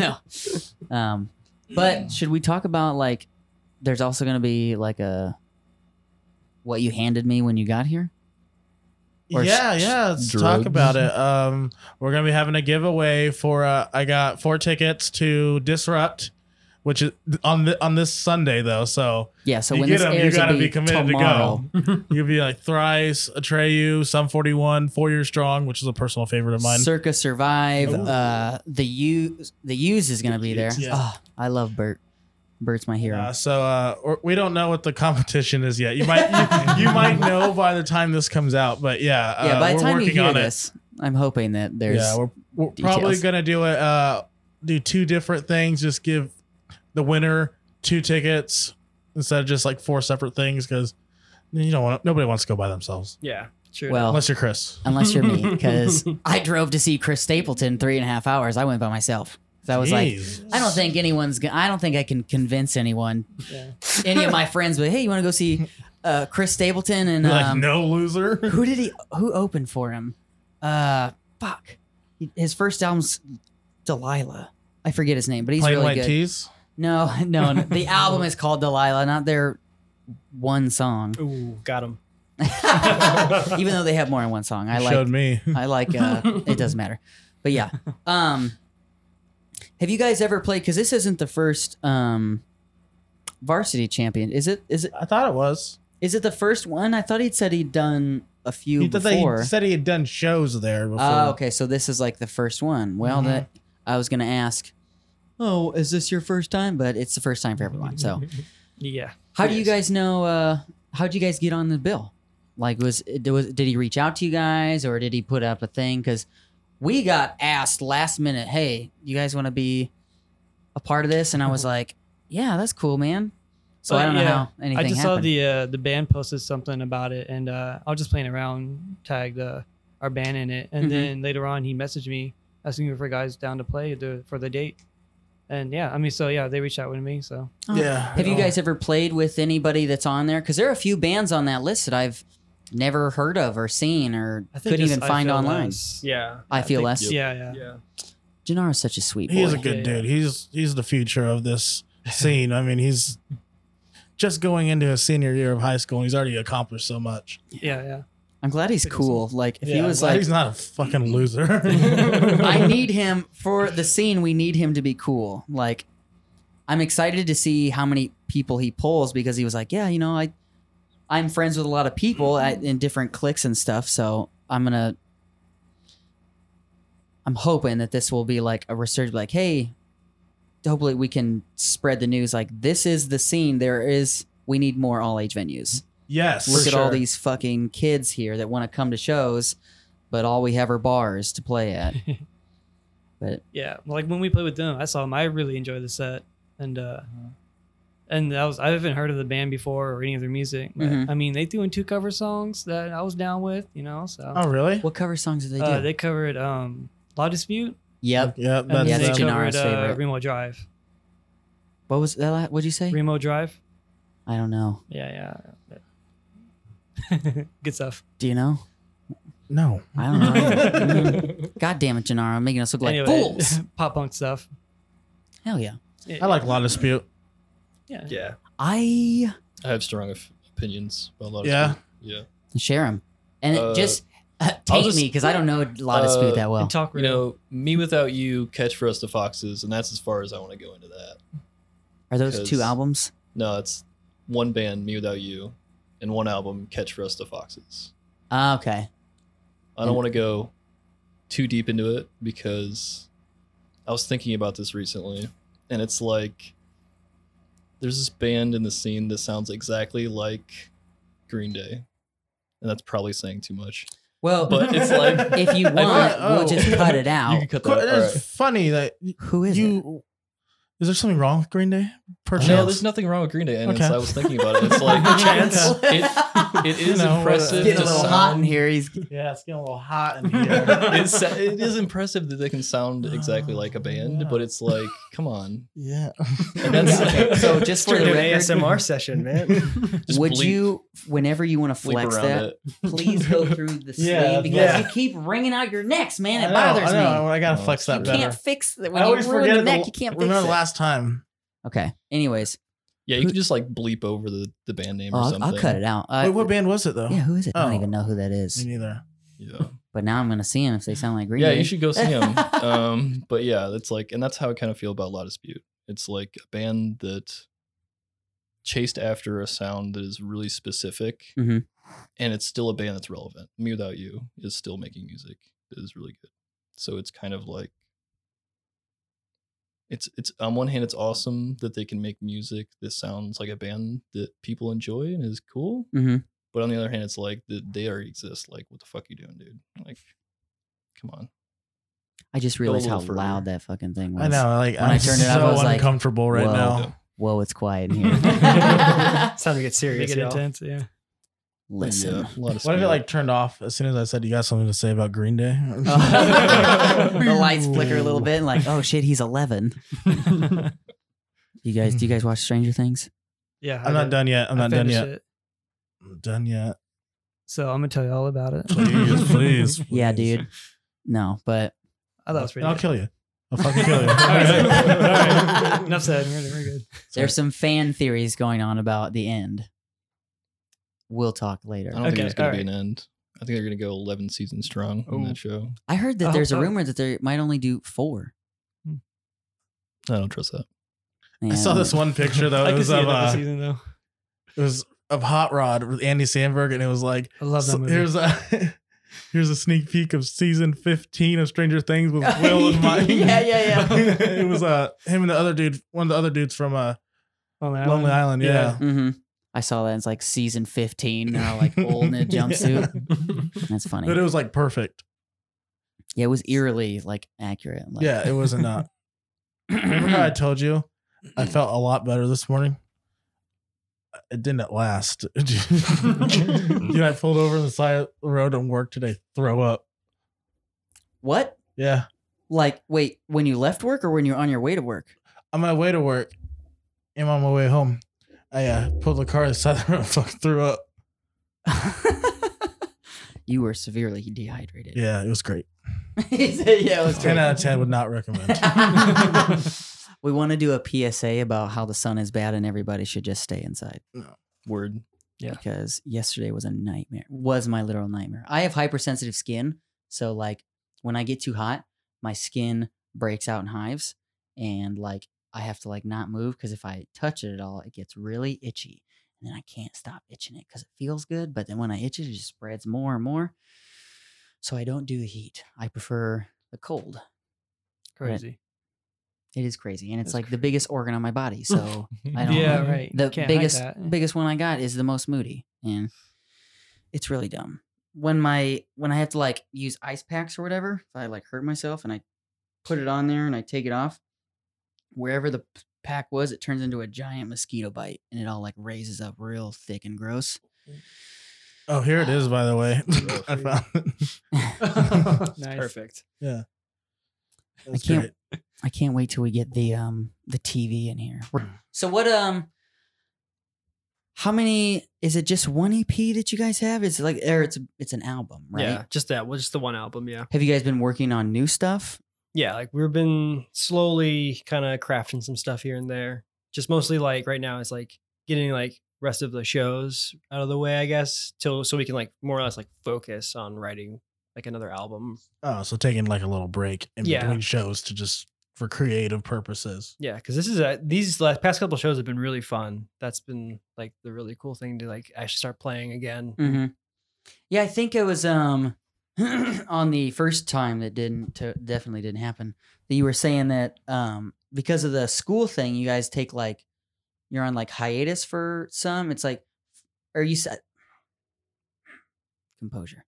no. Um, but should we talk about like? There's also gonna be like a what you handed me when you got here. Or
yeah, yeah. Let's talk
drugs.
about it. Um, we're gonna be having a giveaway for. Uh, I got four tickets to Disrupt, which is on the, on this Sunday though. So
Yeah. So
You
when
get
this
'em, you
airs, it'll
gotta
be
be committed to go.
tomorrow.
you'll be like Thrice, Atreyu, Sum Forty One, Four Year Strong, which is a personal favorite of mine.
Circa Survive. Uh, the use the use is gonna be there.
Yeah.
Oh, I love Bert. Bert's my hero.
Uh, so uh, or- we don't know what the competition is yet. You might you, you might know by the time this comes out, but yeah, uh,
yeah. By the
we're
time you
working
hear
on
this, I'm hoping that
it.
there's
Yeah, we're, we're probably
details.
gonna do it. Uh, do two different things. Just give the winner two tickets instead of just like four separate things because you don't want nobody wants to go by themselves
Yeah.
Sure.
well.
unless you're Chris.
unless you're me, because I drove to see Chris Stapleton three and a half hours. I went by myself. So I was like,
Jeez.
I don't think anyone's. Gonna, I don't think I can convince anyone, any of my friends, but hey, you want to go see uh, Chris Stapleton and
You're like
um,
no loser.
who did he? Who opened for him? Uh, fuck. His first album's Delilah. I forget his name, but he's
Plain
really
white
good.
tees.
No, no, no. the album is called Delilah, not their one song.
Ooh, got him.
Even though they have more than one song, I
You
like
showed me.
I like uh it doesn't matter. But yeah. Um have you guys ever played cuz this isn't the first um varsity champion. Is it is it
I thought it was.
is it the first one? I thought he'd said he'd done a few
He, thought that he
before.
said he had done shows there before. Mm-hmm.
Oh, okay. So this is like the first one. Well, that I was going to ask, "Oh, is this your first time?" But it's the first time for everyone. So,
yeah.
how do you guys know uh how would you guys get on the bill? Like was it was did he reach out to you guys or did he put up a thing cuz we got asked last minute, "Hey, you guys want to be a part of this?" And I was like, "Yeah, that's cool, man." So
Well,
I don't know
Uh-huh.
how
yeah.
anything
I just
happened.
saw the uh, the band posted something about it, and uh, I was just playing around, tagged uh, our band in it, and
Mhm.
then later on he messaged me asking for guys down to play the, for the date, and yeah, I mean, so yeah, they reached out with me, so
Oh.
Yeah.
Have you guys ever played with anybody that's on there? Because there are a few bands on that list that I've never heard of or seen or
I think
couldn't
it's
even
I
find
Feel
online.
Less.
Yeah.
I feel
think-
less.
Yep.
Yeah, yeah.
Yeah.
Janaro's such a sweet boy.
He's a good
Yeah, yeah.
dude. He's he's the future of this scene. I mean, he's just going into his senior year of high school and he's already accomplished so much.
Yeah, yeah.
I'm glad he's cool. Like if he
Yeah, Mm-hmm.
was
glad
like,
he's not a fucking loser.
I need him for the scene. We need him to be cool. Like, I'm excited to see how many people he pulls because he was like, yeah, you know, I, I'm friends with a lot of people at, in different cliques and stuff. So I'm gonna, I'm hoping that this will be like a research, like, hey, hopefully we can spread the news. Like, this is the scene. There is, we need more all age venues.
yes.
Look at all
sure.
these fucking kids here that want to come to shows, but all we have are bars to play at.
Yeah, like when we played with them, I saw them. I really enjoyed the set, and uh,
Mm-hmm.
and that was I haven't heard of the band before or any of their music. But,
Mhm.
I mean, they threw in two cover songs that I was down with, you know. So
Oh, really?
What cover songs do they do?
uh, they covered um, "Law Dispute"
yep.
Yeah,
and
that's
Yeah,
then
uh,
that's
they
Jannara's
covered uh,
favorite.
"Remo Drive."
What was that? la- What'd you say?
Remo Drive.
I don't know.
Yeah, yeah. Good stuff.
Do you know?
no.
I don't know. Mm. God damn it, Gennaro, making us look like
Anyway,
fools.
pop punk stuff.
Hell yeah.
I like Law Dispute.
Yeah.
Yeah.
I
I have strong of- opinions about a lot of
Yeah.
people. Yeah.
share them, and
Uh,
it just uh, taint
just-
me because I don't know a lot of
Uh,
dispute that well.
And talk
You
radio.
know, me without you, catch for us the foxes, and that's as far as I want to go into that.
Are those two
'cause-
albums?
No, it's one band, me without you, and one album, catch for us the foxes.
Ah, okay.
I don't want to go too deep into it because I was thinking about this recently, and it's like there's this band in the scene that sounds exactly like Green Day, and that's probably saying too much.
Well,
But it's like
if you want, we'll
oh.
just cut it
you
out.
can cut
Qu-
that. out.
It's
All right.
funny that
Who is it?
you. Is there something wrong with Green Day? Perchance.
No, there's nothing wrong with Green Day, and it's-
Okay.
I was thinking about it. It's like
Chance.
It, it is
You know,
impressive.
it's
Getting a
to
little
sound,
hot in here. He's
Yeah, it's getting a little hot in
It's, it is impressive that they can sound exactly like a band,
Yeah.
but it's like, come on.
yeah.
And that's-
Okay, so just for
During
the
an
record,
ASMR session, man.
Just
would
bleep-
you, whenever you want to
bleep
flex
around
that,
it.
please go through the sleeve
Yeah,
because
yeah.
you keep wringing out your necks, man. It
I know,
bothers
I know,
me.
I gotta
Oh,
flex that
You
better.
can't fix that.
I
When you
always
ruin
forget
the
it the
neck,
l-
you can't fix
Remember
it.
last time?
Okay. Anyways, oh,
Yeah, you can just like bleep over the, the band name or
I'll,
something.
I'll cut it out. Uh,
Wait, what band was it though?
yeah, who is it? I don't
Oh.
even know who that is.
Me neither.
Yeah,
But now I'm gonna see him if they sound like Green
yeah
Day.
you should go see him. um, but yeah, that's like, and that's how I kind of feel about La Dispute. It's like a band that chased after a sound that is really specific,
Mhm.
and it's still a band that's relevant. Me Without You is still making music that is really good. So it's kind of like, it's it's on one hand, it's awesome that they can make music that sounds like a band that people enjoy and is cool.
Mhm.
But on the other hand, it's like th- they already exist. Like, what the fuck you doing, dude? Like, come on.
I just realized how
little further.
loud that fucking thing was.
I know. Like
When I
I'm
turned
so
it up, I was like,
uncomfortable right
whoa.
now.
Whoa, it's quiet in here.
It's time to get
Make
serious.
it
y'all.
intense. Yeah.
Listen.
Yeah, a lot of
What if it
speed.
like turned off as soon as I said you got something to say about Green Day?
Oh. the lights flicker a little bit and like, oh shit, he's eleven. You guys do you guys watch Stranger Things?
yeah.
I'm not done yet. I'm not done yet.
It.
I'm done yet.
So I'm gonna tell you all about it.
Please, please.
Yeah,
please.
dude. No, but
I thought it was pretty.
I'll
good.
kill you. I'll fucking kill you.
All right. All right.
Sorry.
Enough said. We're, we're good.
there's some fan theories going on about the end. We'll talk later.
I
Oh.
don't think
Okay,
there's going to
alright.
be an end. I think they're going to go 11 seasons strong on
Ooh.
that show.
I heard
Oh,
that
I
there's a
hope so.
rumor that they might only do four.
I don't trust that.
I saw
And-
this one picture though.
I
It
could
was
see
of
another
uh,
season though.
it was of Hot Rod with Andy Samberg, and it was like
I love that
So
movie.
here's a here's a sneak peek of season 15 of Stranger Things with Will and Mike.
Yeah, yeah,
yeah. it was uh him and the other dude, one of the other dudes from uh
Lonely Island.
Lonely Island. Yeah.
hmm I saw that. It's like season 15 now, like old in a jumpsuit. That's funny.
But it was like perfect.
yeah, it was eerily like accurate. Like,
yeah, it wasn't not. Remember how I told you I felt a lot better this morning? It didn't last. you know, I pulled over on the side of the road and work today, throw up.
what?
Yeah.
Like, wait, when you left work or when you're on your way to work?
on my way to work and on my way home, I uh, pulled the car to the side of the road and fucking threw up.
you were severely dehydrated.
Yeah, it was great.
He said, yeah, it was
10 out of 10 would not recommend.
we want to do a PSA about how the sun is bad and everybody should just stay inside
Word.
Yeah.
because yesterday was a nightmare. Was my literal nightmare. I have hypersensitive skin, so like when I get too hot, my skin breaks out in hives and like I have to like not move because if I touch it at all, it gets really itchy. And then I can't stop itching it because it feels good, but then when I itch it, it just spreads more and more. So I don't do the heat. I prefer the cold.
Crazy.
It is crazy, and it's
That's
like the biggest organ on my body. So
Mm-hmm.
I don't.
Yeah.
like-
Right.
The
Can't hide
biggest
that.
biggest one I got is the most moody, and it's really dumb. When my when I have to like use ice packs or whatever, if I like hurt myself and I put it on there and I take it off, wherever the p- pack was, it turns into a giant mosquito bite, and it all like raises up real thick and gross.
oh, here it is, by the way. I found it.
Nice.
Perfect.
It was
can't-
great.
I can't wait till we get the um the TV in here. We're- so what um how many is it just one EP that you guys have? It's like or it's it's an album, right?
Yeah, just that. Well, just the one album. Yeah.
Have you guys been working on new stuff?
Yeah, like we've been slowly kind of crafting some stuff here and there. Just mostly like right now, it's like getting like rest of the shows out of the way, I guess, till so we can like more or less like focus on writing like another album.
Oh, so taking like a little break in
Yeah.
between shows to just for creative purposes.
Yeah, because this is a these last past couple shows have been really fun. That's been like the really cool thing to like actually start playing again.
Mm-hmm. Yeah, I think it was um on the first time that didn't to, definitely didn't happen. That you were saying that um because of the school thing, you guys take like you're on like hiatus for some. It's like, are you set? Composure.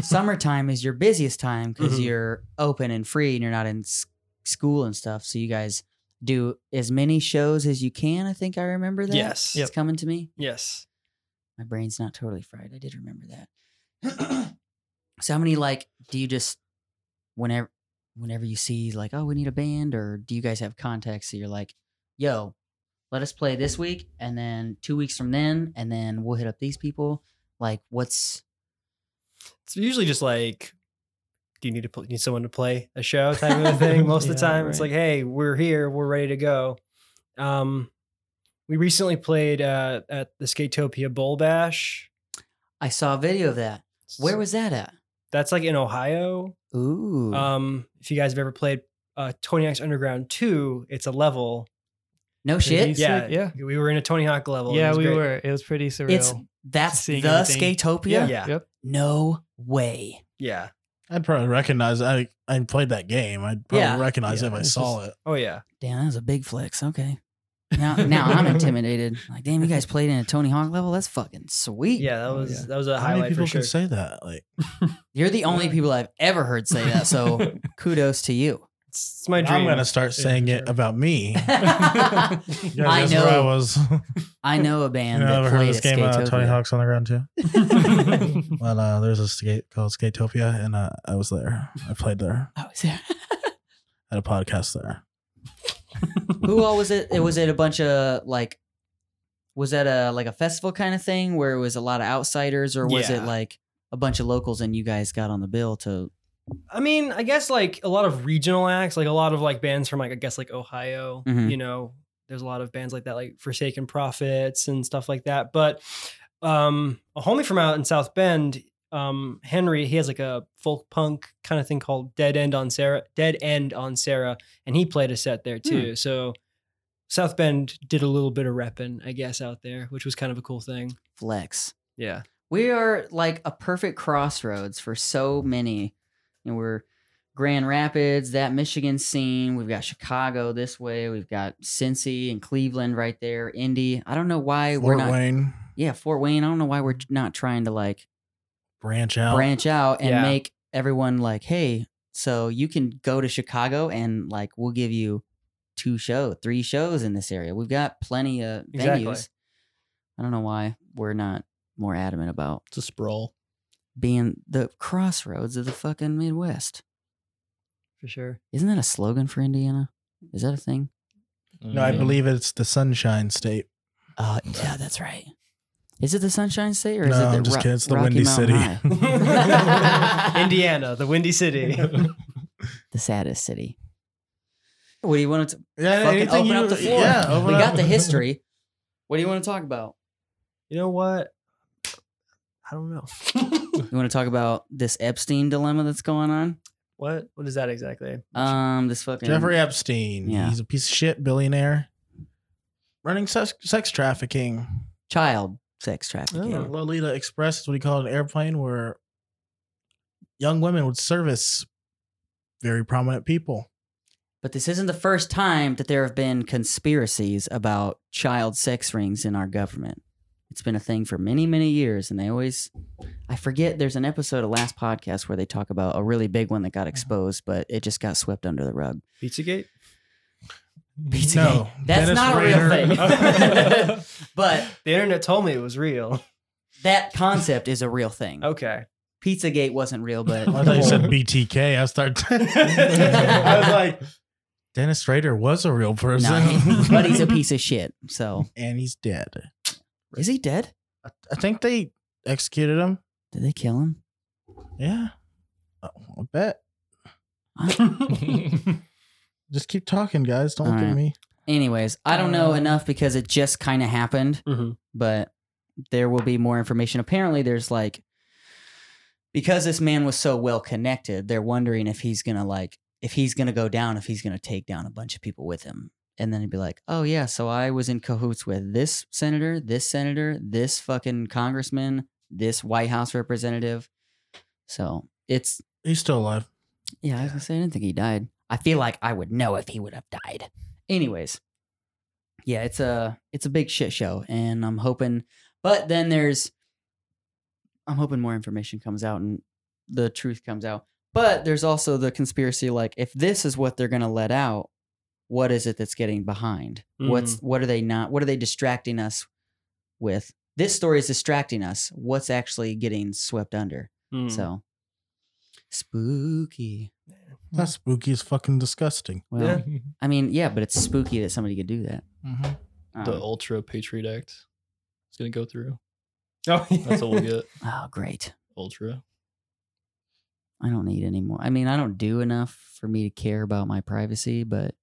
Summertime is your busiest time because
Mhm.
you're open and free and you're not in s- school and stuff. So you guys do as many shows as you can. I think I remember that.
Yes.
It's coming to me.
Yes.
My brain's not totally fried. I did remember that. so how many like do you just whenever whenever you see like, oh, we need a band, or do you guys have contacts that you're like, yo, let us play this week and then two weeks from then, and then we'll hit up these people? Like what's
It's usually just like, do you need to pl- need someone to play a show type of a thing? Most of the
Yeah,
time, it's
right.
like, hey, we're here, we're ready to go. Um, we recently played uh, at the Skatopia Bowl Bash.
I saw a video of that. Where
So
was that at?
that's like in Ohio.
Ooh.
Um, if you guys have ever played uh, Tony Hawk's Underground Two, it's a level.
no shit.
It's
yeah,
like- yeah.
We were in a Tony Hawk level. It
yeah,
was
we
great.
were. It was pretty surreal.
It's that's the
Seeing everything.
Skatopia?
Yeah.
Yep.
No way.
Yeah.
I'd probably recognize. I I played that game. I'd probably
Yeah.
recognize
Yeah,
it if I
it's
saw it.
Oh yeah.
Damn, that was a big flex. Okay. Now, now I'm intimidated. Like, damn, you guys played in a Tony Hawk level. That's fucking sweet.
Yeah, that was
yeah.
that was a
How many
highlight
people
for sure.
can say that? Like,
You're the only people I've ever heard say that. So kudos to you.
it's, it's my dream.
I'm gonna start
Yeah,
saying
for
it
sure.
about me.
I
Yeah, that's where I
know.
was.
I know a
You
band
know,
that
ever heard
played
of this
at
game? Uh, Tony
Skatopia.
Hawk's on the ground too. Well, uh, there's a skate called Skatopia, and uh, I was there. I played there.
Oh, is there-
Had a podcast there.
Who all was it? It was it a bunch of like, was that a like a festival kind of thing where it was a lot of outsiders, or was
Yeah.
it like a bunch of locals and you guys got on the bill to?
I mean, I guess like a lot of regional acts, like a lot of like bands from like I guess like Ohio,
Mhm.
you know, there's a lot of bands like that, like Forsaken Prophets and stuff like that. But um a homie from out in South Bend, um, Henry, he has like a folk punk kind of thing called Dead End on Sarah Dead End on Sarah, and he played a set there too. So South Bend did a little bit of repping, I guess, out there, which was kind of a cool thing.
flex.
Yeah.
We are like a perfect crossroads for so many. And we're Grand Rapids, that Michigan scene. We've got Chicago this way. We've got Cincy and Cleveland right there. Indy. I don't know why we're
Fort
not.
Wayne
Yeah, Fort Wayne. I don't know why we're not trying to like
branch out.
branch out and
Yeah.
make everyone like, hey, so you can go to Chicago and like we'll give you two show, three shows in this area. We've got plenty of
Exactly.
venues. I don't know why we're not more adamant about
It's a sprawl.
being the crossroads of the fucking Midwest.
for sure.
Isn't that a slogan for Indiana? Is that a thing?
no, I believe it's the Sunshine State.
Uh, yeah, that's right. Is it the Sunshine State or is
No,
it the
I'm just
Ro-
kidding. It's the
Rocky
Windy
Mountain
City.
High?
Indiana, the Windy City.
the saddest city. What do you want to
Yeah,
Fucking
anything
open
you-
up the floor.
Yeah, open
We
up.
got the history. What do you want to talk about?
You know what? I don't know.
You want to talk about this Epstein dilemma that's going on?
What? What is that exactly?
Um, this fucking
Jeffrey Epstein.
Yeah.
He's a piece of shit billionaire, running sex, sex trafficking.
child sex
Oh,
trafficking.
Lolita Express is what he called an airplane where young women would service very prominent people.
But this isn't the first time that there have been conspiracies about child sex rings in our government. It's been a thing for many, many years, and they always I forget there's an episode of last podcast where they talk about a really big one that got exposed, but it just got swept under the rug.
Pizzagate?
Pizzagate.
No,
That's
Dennis
not
Rader.
a real thing. but
The internet told me it was real.
that concept is a real thing.
Okay.
Pizzagate wasn't real, but
I thought you said BTK. I started. I was like, Dennis Rader was a real person,
No, he- but he's a piece of shit. So
and he's dead.
is he dead?
I, I think they executed him.
Did they kill him?
Yeah, I, I bet. Just keep talking, guys. Don't
All
look
right.
at me.
Anyways, I don't know enough because it just kind of happened,
Mhm.
but there will be more information. Apparently, there's like because this man was so well connected, they're wondering if he's gonna like if he's gonna go down, if he's gonna take down a bunch of people with him. And then he'd be like, "Oh yeah, so I was in cahoots with this senator, this senator, this fucking congressman, this White House representative." So it's
He's still alive.
yeah, I was gonna say I didn't think he died. I feel like I would know if he would have died. Anyways, yeah, it's a it's a big shit show, and I'm hoping. But then there's, I'm hoping more information comes out and the truth comes out. But there's also the conspiracy, like if this is what they're gonna let out, what is it that's getting behind? What's what are they not? What are they distracting us with? This story is distracting us. What's actually getting swept under?
Hmm.
Hmm.
So spooky.
That spooky is fucking disgusting.
Well, I mean, yeah, but it's spooky that somebody could do that.
The
Um,
Ultra Patriot Act is going to go through.
Oh,
That's all we'll get.
oh, great.
Ultra.
I don't need any more. I mean, I don't do enough for me to care about my privacy, but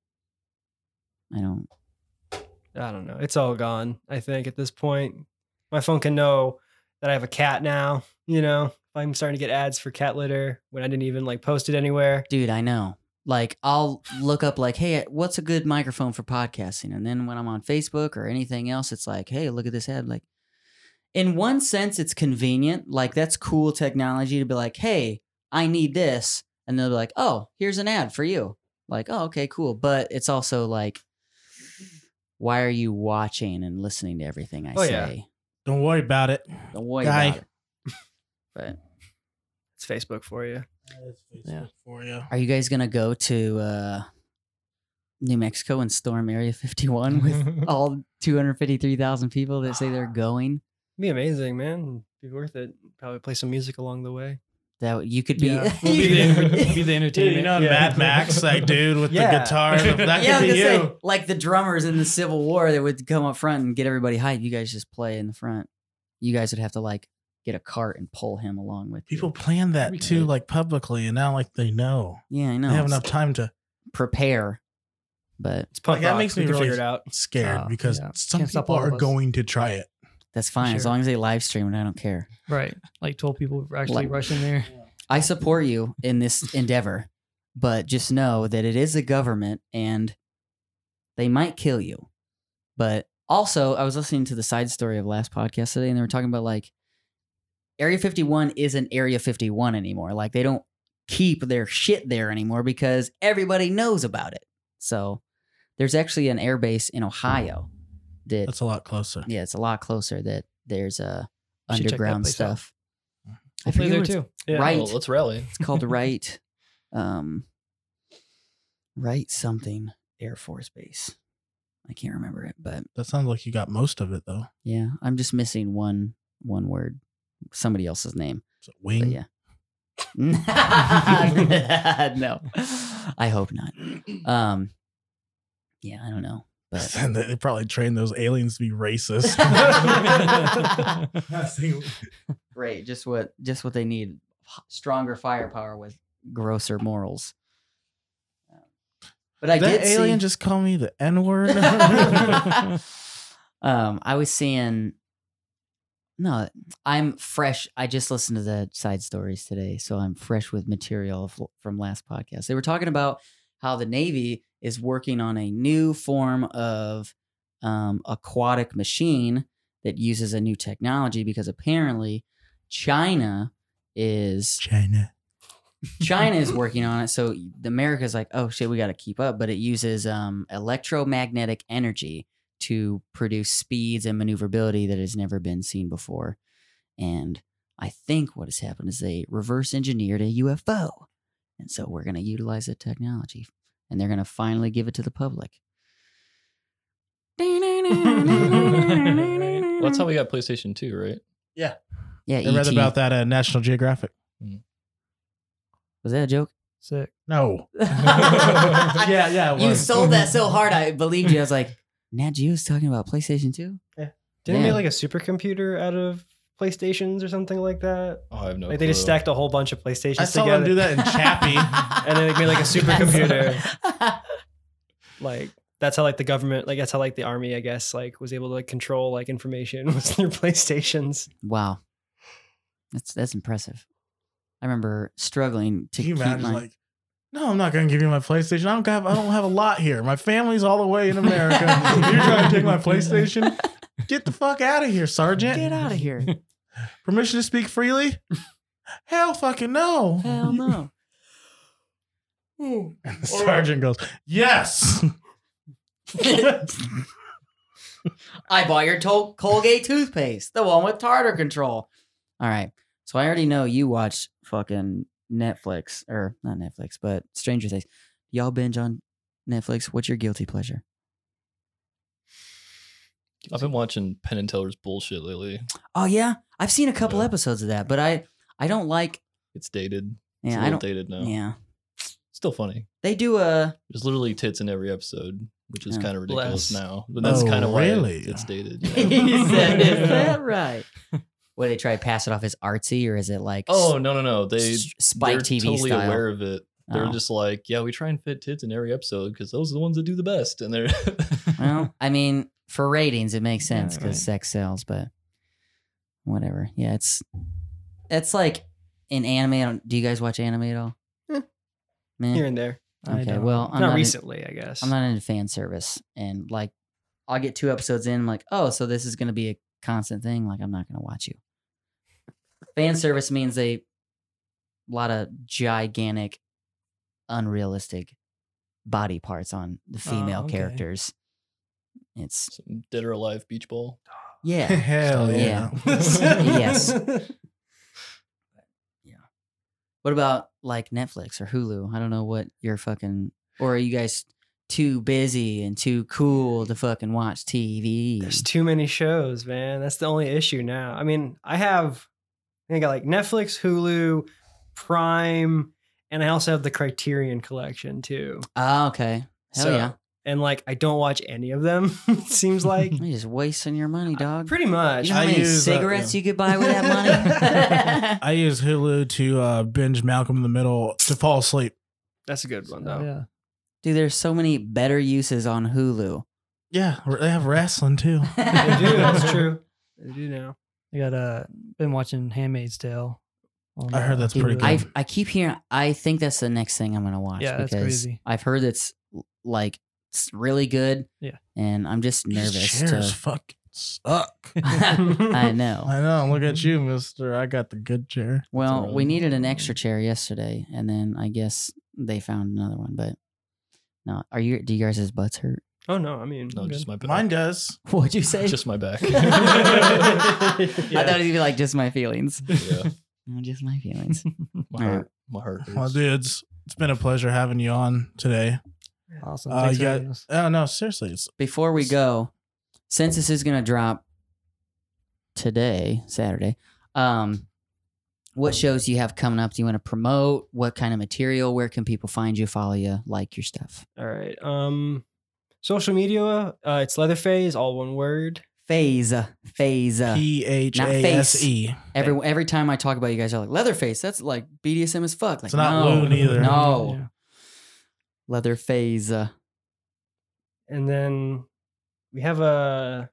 I don't.
I don't know. It's all gone. I think at this point, my phone can know that I have a cat now. You know, I'm starting to get ads for cat litter when I didn't even like post it anywhere.
Dude, I know. Like, I'll look up, like, hey, what's a good microphone for podcasting? And then when I'm on Facebook or anything else, it's like, hey, look at this ad. Like, in one sense, it's convenient. Like, that's cool technology to be like, hey, I need this. And they'll be like, oh, here's an ad for you. Like, oh, okay, cool. But it's also like, why are you watching and listening to everything I
Oh,
say?
yeah.
Don't worry about it.
Don't worry
Guy.
about it. But
It's Facebook for you.
Yeah.
for you.
are you guys gonna go to uh, New Mexico and storm Area 51 with all 253,000 people that say they're going?
It'd be amazing, man. It'd be worth it. Probably play some music along the way.
That you could be.
Yeah.
We'll be the, we'll be the entertainment.
you know
Yeah.
Mad Max, that dude with the
Yeah.
guitar. That could
Yeah, I was
be
gonna
you.
say, like the drummers in the Civil War that would come up front and get everybody hyped. You guys just play in the front. You guys would have to like get a cart and pull him along with you.
People plan that too, like publicly, and now like they know
Yeah, I know.
they have
It's
enough time to
prepare, but
It's punk
Like, that
rock.
makes
We
me
can
really-
figure it out.
scared
Oh,
because
yeah.
some
Can't stop
people
all
are
of us.
going to try it.
that's fine as
Sure.
long as they live stream and I don't care.
right? Like twelve people were actually
Like-
rush in there.
I support you in this endeavor, but just know that it is a government and they might kill you. But also, I was listening to the side story of last podcast today, and they were talking about like Area 51 isn't Area 51 anymore. Like they don't keep their shit there anymore because everybody knows about it. So there's actually an airbase in Ohio that
That's a lot closer.
yeah, it's a lot closer that there's a
You should check that
underground
place out.
stuff. I
We'll
forget
play there
what it's-
too.
Yeah.
Right.
Well, let's rally.
it's called Wright, um, Wright something Air Force Base. I can't remember it, but
That sounds like you got most of it though.
yeah, I'm just missing one one word, somebody else's name.
It's a
But
wing.
yeah, no, I hope not. Um, yeah, I don't know, but
And they they probably trained those aliens to be racist.
great, just what just what they need: H- stronger firepower with grosser morals. Um, But I
that
did
alien
see-
just call me the N word.
um, I was seeing. No, I'm fresh. I just listened to the side stories today, so I'm fresh with material f- from last podcast. They were talking about how the Navy is working on a new form of um, aquatic machine that uses a new technology because apparently China is
China.
China is working on it. So the America's like, oh shit, we got to keep up. But it uses um, electromagnetic energy to produce speeds and maneuverability that has never been seen before. And I think what has happened is they reverse engineered a UFO. And so we're going to utilize that technology and they're going to finally give it to the public.
Right.
Well, that's how we got PlayStation 2, right?
Yeah, E
I read
ET.
about that uh, National Geographic.
Was that a joke?
Sick.
No.
yeah,
yeah.
You sold that so hard, I believed you. I was like, Nat Geo was talking about PlayStation 2?
Didn't they
Yeah.
like a supercomputer out of PlayStations or something like that?
Oh, I have no
Like they just
clue.
stacked a whole bunch of PlayStations
I saw
together.
them do that in Chappie.
And then they made, like, a
supercomputer.
Like that's how like the government, like that's how like the army, I guess, like was able to like control like information was through PlayStations.
wow. That's that's impressive. I remember struggling to
Can you
keep
imagine?
my
Like, no, I'm not going to give you my PlayStation. I don't have. I don't have a lot here. My family's all the way in America. You're trying to take my PlayStation? Get the fuck out of here, Sergeant.
get out of here.
Permission to speak freely? Hell, fucking no.
Hell no.
And the sergeant goes, yes.
I bought your Tol- Colgate toothpaste, the one with tartar control. All right. So I already know you watch fucking Netflix or not Netflix, but Stranger Things. Y'all binge on Netflix. What's your guilty pleasure?
I've been watching Penn and Teller's bullshit lately.
Oh yeah, I've seen a couple
Yeah.
episodes of that, but I I don't like.
It's dated. it's a
Yeah, I
little
don't.
dated now.
Yeah,
Still funny.
they do a.
There's literally tits in every episode, which is
Yeah.
kind of ridiculous
Bless.
now. But that's
Oh,
kind of why it-
really?
it's dated.
Is that- is
Yeah.
that right? Where they try to pass it off as artsy, or is it like
oh no no no! They
s- Spike
they're
TV
totally
style.
aware of it. They're
Oh.
just like, yeah, we try and fit tits in every episode because those are the ones that do the best, and they're
well, I mean, for ratings, it makes
Yeah,
sense because
right.
sex sells, but whatever. Yeah, it's it's like in anime. I don't, do you guys watch anime at all?
Eh.
Meh.
here and there.
I
Okay,
don't.
well, I'm
not,
not, in-
recently, I guess.
I'm not into fan service, and like, I'll get two episodes in. I'm like, oh, so this is gonna be a constant thing. Like, I'm not gonna watch you. fan service means a lot of gigantic, unrealistic body parts on the
Oh,
female
okay.
characters. It's
some dead or alive beach ball.
yeah,
Hell yeah.
Yes. What about like Netflix or Hulu? I don't know what you're fucking or are you guys too busy and too cool to fucking watch TV?
There's too many shows, man. That's the only issue now. I mean, I have, I think I like Netflix, Hulu, Prime, and I also have the Criterion Collection too.
Ah, okay. Hell
So-
yeah.
And like, I don't watch any of them. it seems like
You're just wasting your money, dog.
pretty
you
much.
know how
I
many
use, uh,
cigarettes
yeah.
you could buy with that money?
I use Hulu to uh, binge Malcolm in the Middle to fall asleep.
That's a good one
Oh,
though.
yeah.
Dude, there's so many better uses on Hulu.
Yeah, they have wrestling too.
They do. That's true. They do now.
I got uh been watching Handmaid's Tale. on,
I heard
uh,
that's pretty
Hulu.
good.
I I keep hearing. I think that's the next thing I'm gonna watch.
Yeah, that's
because
crazy.
I've heard it's l- like s- really good.
Yeah.
and I'm just nervous.
These chairs
To,
fucking suck.
I know.
I know. Look at you, Mister. I got the good chair.
Well, we
really-
needed an extra chair yesterday, and then I guess they found another one. But no, are you? Do you guys' butts hurt?
Oh no, I mean,
No, just my back.
Mine does.
What'd you say?
Just my back.
I thought it'd be like just my feelings.
yeah.
No, just my feelings.
My heart, my heart hurts.
Well, dudes, it's been a pleasure having you on today.
Awesome.
Uh,
Thanks for
yeah.
having us.
Oh no, seriously, it's
Before we go, since this is gonna drop today, Saturday, um, what shows do you have coming up? Do you want to promote? What kind of material? Where can people find you, follow you, like your stuff?
All right. Um, social media. Uh, it's Leatherface, all one word.
Phase, uh, phase.
P H A S E.
Every every time I talk about you guys, are like Leatherface. That's like BDSM as fuck. Like,
It's not
no,
Loon either.
No,
Yeah.
Leatherface. uh,
And then we have a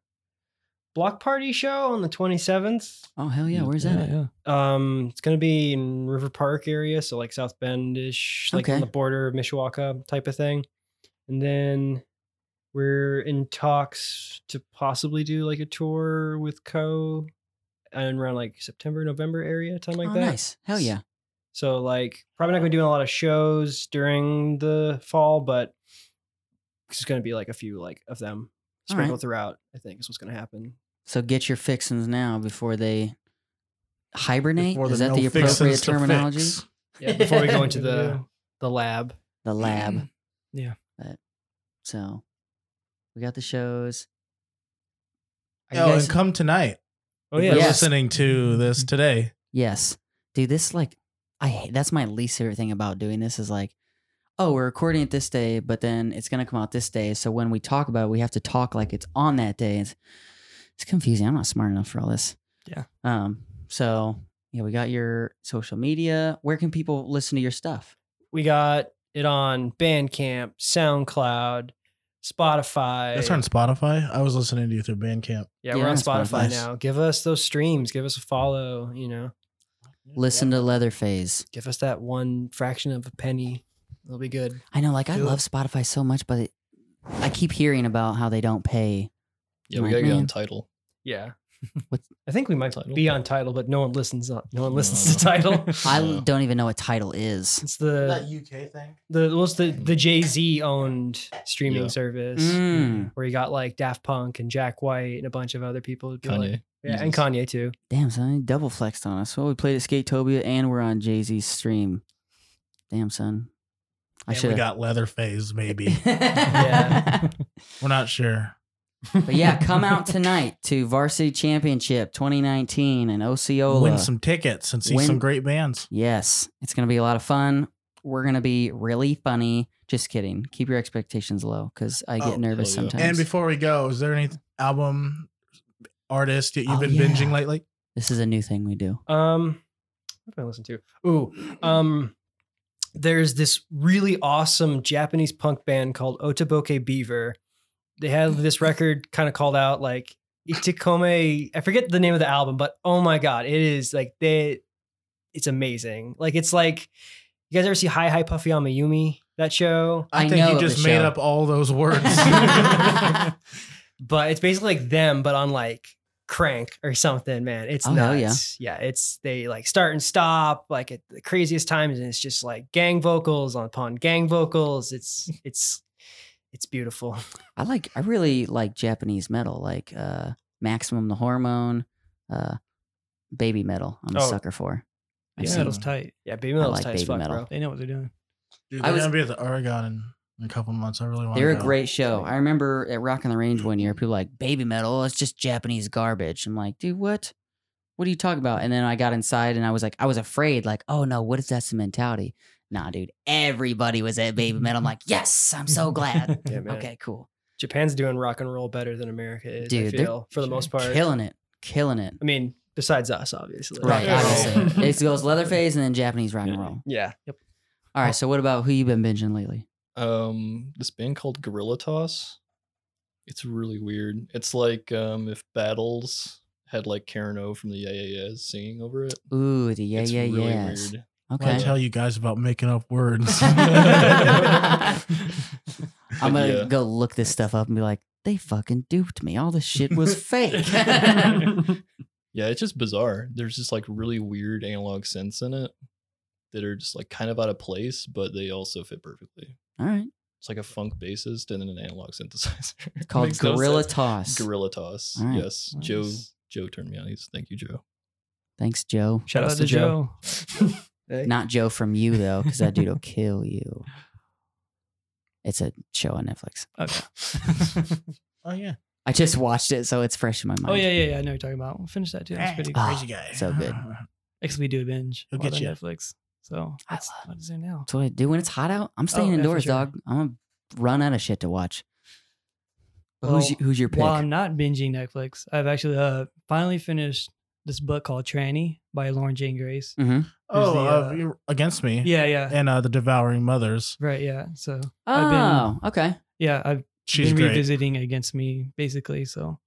block party show on the 27th.
Oh hell yeah! Where's
yeah,
that? at?
Yeah.
Um, it's gonna be in River Park area, so like South Bendish, like
Okay.
on the border of Mishawaka type of thing. And then we're in talks to possibly do like a tour with Co. And around like September, November area, time like
oh
that.
nice. Hell yeah.
So like probably not gonna be doing a lot of shows during the fall, but there's gonna be like a few like of
All
them
right.
sprinkled throughout. I think is what's gonna happen.
So get your fixins now before they hibernate.
Before
Is
the
that
no
the appropriate
fixins to
terminology?
fix.
Yeah, before we go into
Yeah.
the the lab.
The
Hmm.
lab.
Yeah.
But, so we got the shows. Are you
Oh,
guys-
and come tonight.
Oh
If
yeah,
you're
Yes. Mm-hmm.
listening to this today.
Yes. Dude, this like I hate, that's my least favorite thing about doing this is like, oh, we're recording it this day, but then it's gonna come out this day. So when we talk about it, we have to talk like it's on that day. It's, it's confusing. I'm not smart enough for all this.
Yeah.
Um, so yeah, we got your social media. Where can people listen to your stuff?
we got it on Bandcamp, SoundCloud, Spotify.
That's on Spotify. I was listening to you through Bandcamp.
yeah,
Yeah,
we're on
Spotify.
Spotify
Nice.
now. Give us those streams. Give us a follow. You know,
Listen to Leatherface.
give us that one fraction of a penny. It'll be good.
I know, like I
Do it.
love Spotify so much, but it, I keep hearing about how they don't pay.
Yeah, we
Like,
gotta get
man.
on title.
Yeah, I think we might
Title?
be on title, but no one listens. On, no one listens to title.
Uh,
I don't even know what title is.
It's the
UK thing.
the what's the the Jay Z owned streaming
Yeah.
service
Mm.
where you got like Daft Punk and Jack White and a bunch of other people. It'd be like-
Kanye.
yeah, and Kanye too.
Damn, son, you double flexed on us. Well, we played at Skatopia and we're on Jay Z's stream. Damn, son. I
And
should
we
have.
got Leatherface, maybe.
yeah.
We're not sure.
But yeah, come out tonight to Varsity Championship 2019 in Osceola.
Win some tickets and see
Win-
some great bands.
Yes, it's going to be a lot of fun. We're going to be really funny. Just kidding. Keep your expectations low because I get
Oh,
nervous
hell yeah.
sometimes.
And before we go, is there any album artist that you've
Oh,
been
yeah.
binging lately?
this is a new thing we do.
Um, what did I listen to? Ooh, um, there's this really awesome Japanese punk band called Otoboke Beaver. They had this record kind of called out like Itikome. I forget the name of the album, but oh my god, it is like they. It's amazing. Like it's like you guys ever see Hi Hi Puffy on Mayumi? That show.
I,
I
think
know
you
of
just
the
made
show.
up all those words.
but it's basically like them, but on like crank or something, man. It's
Oh, hell yeah.
nuts. Yeah. it's they like start and stop like at the craziest times, and it's just like gang vocals upon gang vocals. It's it's it's beautiful.
I like. I really like Japanese metal, like uh, Maximum the Hormone, uh, Baby Metal. I'm a
Oh.
sucker for. I've
Yeah,
seen-
metal's tight.
Yeah, baby metal's
like
tight as
baby
fuck,
metal.
bro.
They know what they're doing.
Dude,
I
they're
was-
gonna be at the Oregon in, in a couple months. I really want.
They're
to
a great show. I remember at Rock on the Range one
Mm-hmm.
year, people were like Baby Metal. Oh, It's just Japanese garbage. I'm like, dude, what? What are you talking about? And then I got inside and I was like, I was afraid. Like, oh no, what is that's the mentality? Nah, dude. Everybody was at Baby Metal. I'm like, yes, I'm so glad.
Yeah, man.
Okay, cool.
Japan's doing rock and roll better than America is.
Dude,
I
they're
feel for the most part.
Killing it. Killing it.
I mean, besides us, obviously.
Right.
Yeah.
Obviously. it goes Leatherface and then Japanese rock and roll.
Yeah.
All right. So what about who you been binging lately?
Um, this band called Gorilla Toss. It's really weird. It's like um if Battles had like Karen O from the Yeah Yeah Yeahs singing over it.
Ooh, the yeah,
it's
yeah,
really
yes.
weird.
I
Okay.
tell you guys about making up words. Oh,
I'm gonna
Yeah.
go look this stuff up and be like, they fucking duped me. All this shit was fake.
Yeah, it's just bizarre. There's just like really weird analog synths in it that are just like kind of out of place, but they also fit perfectly.
All right.
It's like a funk bassist and an analog synthesizer. It's
Called Gorilla Toss.
Gorilla Toss.
All right,
Yes. Joe
nice.
Joe turned me on. He's thank you, Joe.
Thanks, Joe.
Shout out
Shout
to Joe. Hey.
Not Joe from you though, because that dude will kill you. It's a show on Netflix.
Okay.
oh yeah,
I just watched it, so it's fresh in my mind.
oh yeah, yeah, yeah. I know what you're talking about. We'll finish that too. That's pretty
Ah.
cool.
crazy guy.
so good.
Because we do a binge.
He'll
while
get
on
you.
Netflix. So
I
that's what is there now.
That's what I do when it's hot out. I'm staying
Oh, yeah, for
indoors,
sure.
dog. I'm gonna run out of shit to watch. But who's
Well,
y- who's your pick?
While I'm not binging Netflix, I've actually uh, finally finished this book called Tranny by Lauren Jane Grace.
Oh,
the,
uh,
uh,
you're against me.
Yeah, yeah.
And uh, the devouring mothers.
Right, yeah. So I've been-
oh, okay.
yeah, I've
She's
been
great.
revisiting Against Me basically. So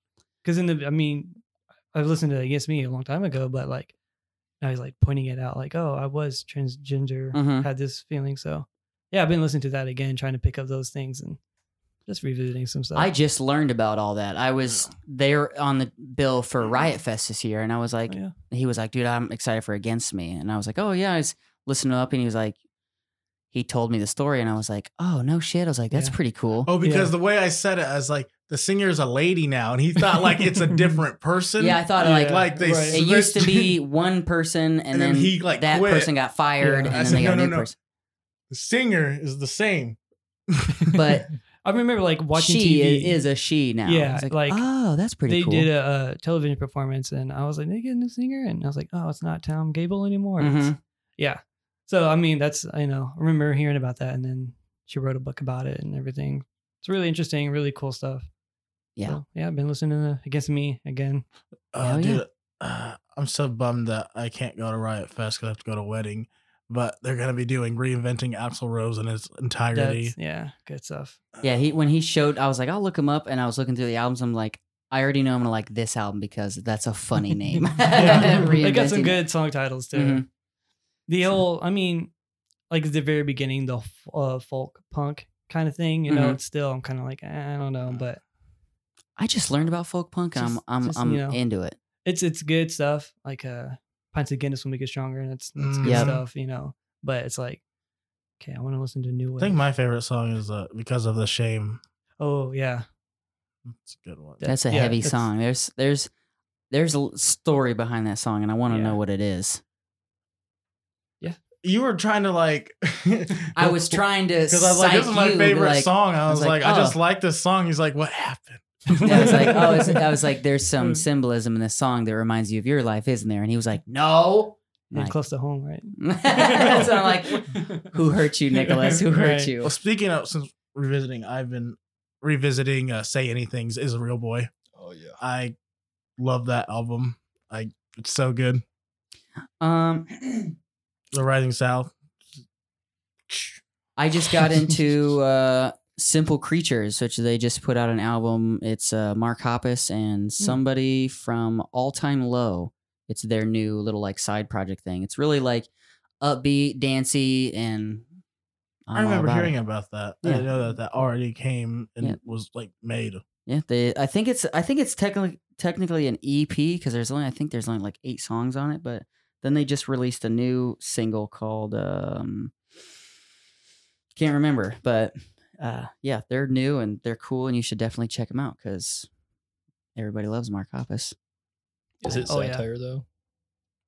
because in the I mean, I've listened to Against Me a long time ago, but like I was like pointing it out, like oh, I was transgender,
Mhm.
had this feeling. So yeah, I've been listening to that again, trying to pick up those things and just revisiting some stuff.
I just learned about all that. I was there on the bill for Riot Fest this year, and I was like,
yeah.
he was like, dude, I'm excited for Against Me. And I was like, oh, yeah. I was listening up and he was like, he told me the story. And I was like, oh, no shit. I was like, that's
Yeah.
pretty cool.
oh, because
Yeah.
the way I said it, I was like, the singer is a lady now, and he thought like it's a different person.
yeah, I thought like,
Yeah.
like they
Right.
it used to be one person and,
And
then,
then he, like,
that
quit.
person got fired
Yeah.
and
I
then
said,
they got
"No,
a
no,
new
no."
person.
the singer is the same.
But
I remember like watching
she
TV.
i- is a she now.
Yeah,
I was like,
like,
oh, that's pretty
they
cool.
did a, a television performance, and I was like, "They get a new singer," and I was like, "Oh, it's not Tom Gable anymore." It's-
Mhm.
Yeah. So I mean, that's you know, I remember hearing about that, and then she wrote a book about it and everything. It's really interesting, really cool stuff.
Yeah.
So, yeah, I've been listening to Against Me again.
Uh,
Hell Oh, yeah.
dude, uh, I'm so bummed that I can't go to Riot Fest because I have to go to a wedding. But they're gonna be doing reinventing Axl Rose in his entirety.
That's, yeah, good stuff.
yeah, he when he showed, I was like, I'll look him up. And I was looking through the albums. I'm like, I already know I'm going to like this album because that's a funny name.
Yeah. they got some
Reinventing-
good song titles too.
Mhm.
The whole, I mean, like at the very beginning, the f- uh, folk punk kind of thing. You know,
Mhm.
it's still I'm kind of like eh, I don't know, but
I just learned about folk punk and
Just-
I'm I'm,
just,
I'm
you know.
into it.
it's it's good stuff. Like uh, pints of Guinness will make you stronger, and that's that's good
Yeah.
stuff, you know. But it's like, okay, I want to listen to
I
new wave.
think my favorite song is uh, "Because of the Shame."
oh yeah,
It's a good one.
that-
That's a
yeah,
heavy
that's-
song. There's there's there's a l- story behind that song, and I want to
Yeah.
know what it is.
You were trying to like.
I was trying to
because I was like, "This is my
you,
favorite
like,
song." I was, like, "I just
oh.
like this song." He's like, "What happened?"
I was like, oh, it's, I was like, there's
Hmm.
some symbolism in this song that reminds you of your life, isn't there? And he was like, no.
and
Like-
close to home, right?
so I'm like, who hurt you, Nicholas? Who hurt
Right.
you?
Well, speaking of since revisiting, I've been revisiting uh, "Say Anything's" is a real boy.
Oh yeah.
I love that album. I it's so good.
Um,
The Rising South.
I just got into uh, Simple Creatures, which they just put out an album. It's uh, Mark Hoppus
Hmm.
and somebody from All Time Low. It's their new little like side project thing. It's really like upbeat, dancey, and
i remember hearing about that. I
Yeah.
didn't know that that already came and
Yeah.
was like made.
Yeah, they. I think it's. I think it's technically technically an EP because there's only. I think there's only like eight songs on it. But then they just released a new single called. um Can't remember, but uh yeah, they're new and they're cool, and you should definitely check them out because everybody loves Mark Hoppus.
Is it
Oh, yeah.
satire though?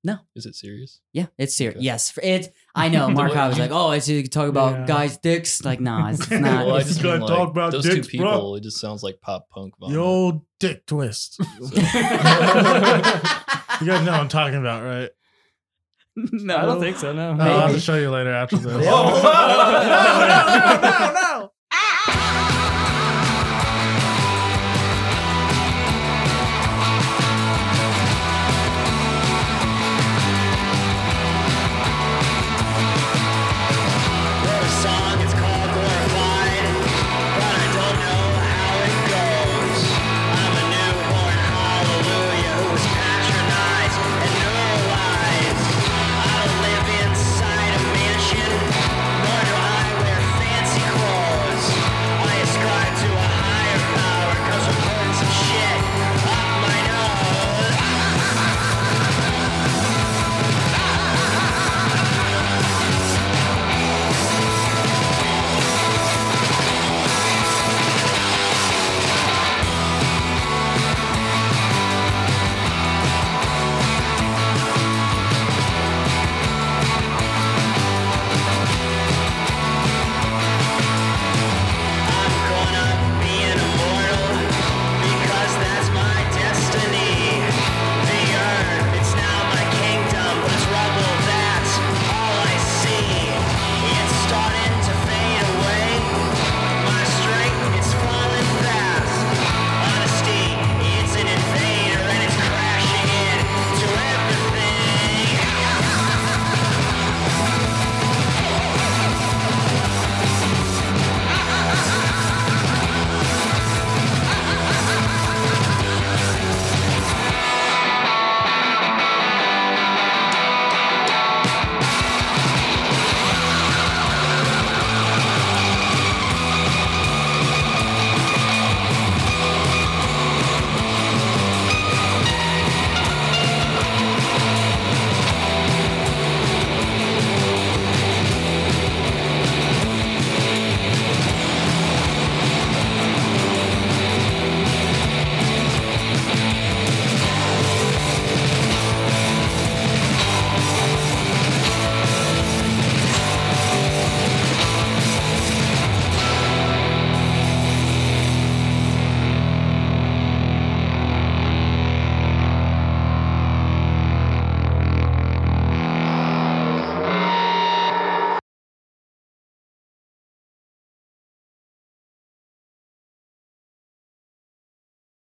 No.
Is it serious?
Yeah, it's serious.
Okay.
Yes, for it. I know Mark
way
Hoppus.
you-
Like, oh, it's you can talk about
Yeah.
guys' dicks. Like, nah, it's, it's
Nah,
not.
well, I
it's
just
gonna
mean,
talk
like,
about
those
dicks,
two
bro.
people. It just sounds like pop punk.
The
vomit.
old dick twist. you
So-
guys know what I'm talking about, right?
no,
I don't think so. No,
I'll have
Maybe.
Oh.
to show you later after this.
Oh. No, no, no, no,
no.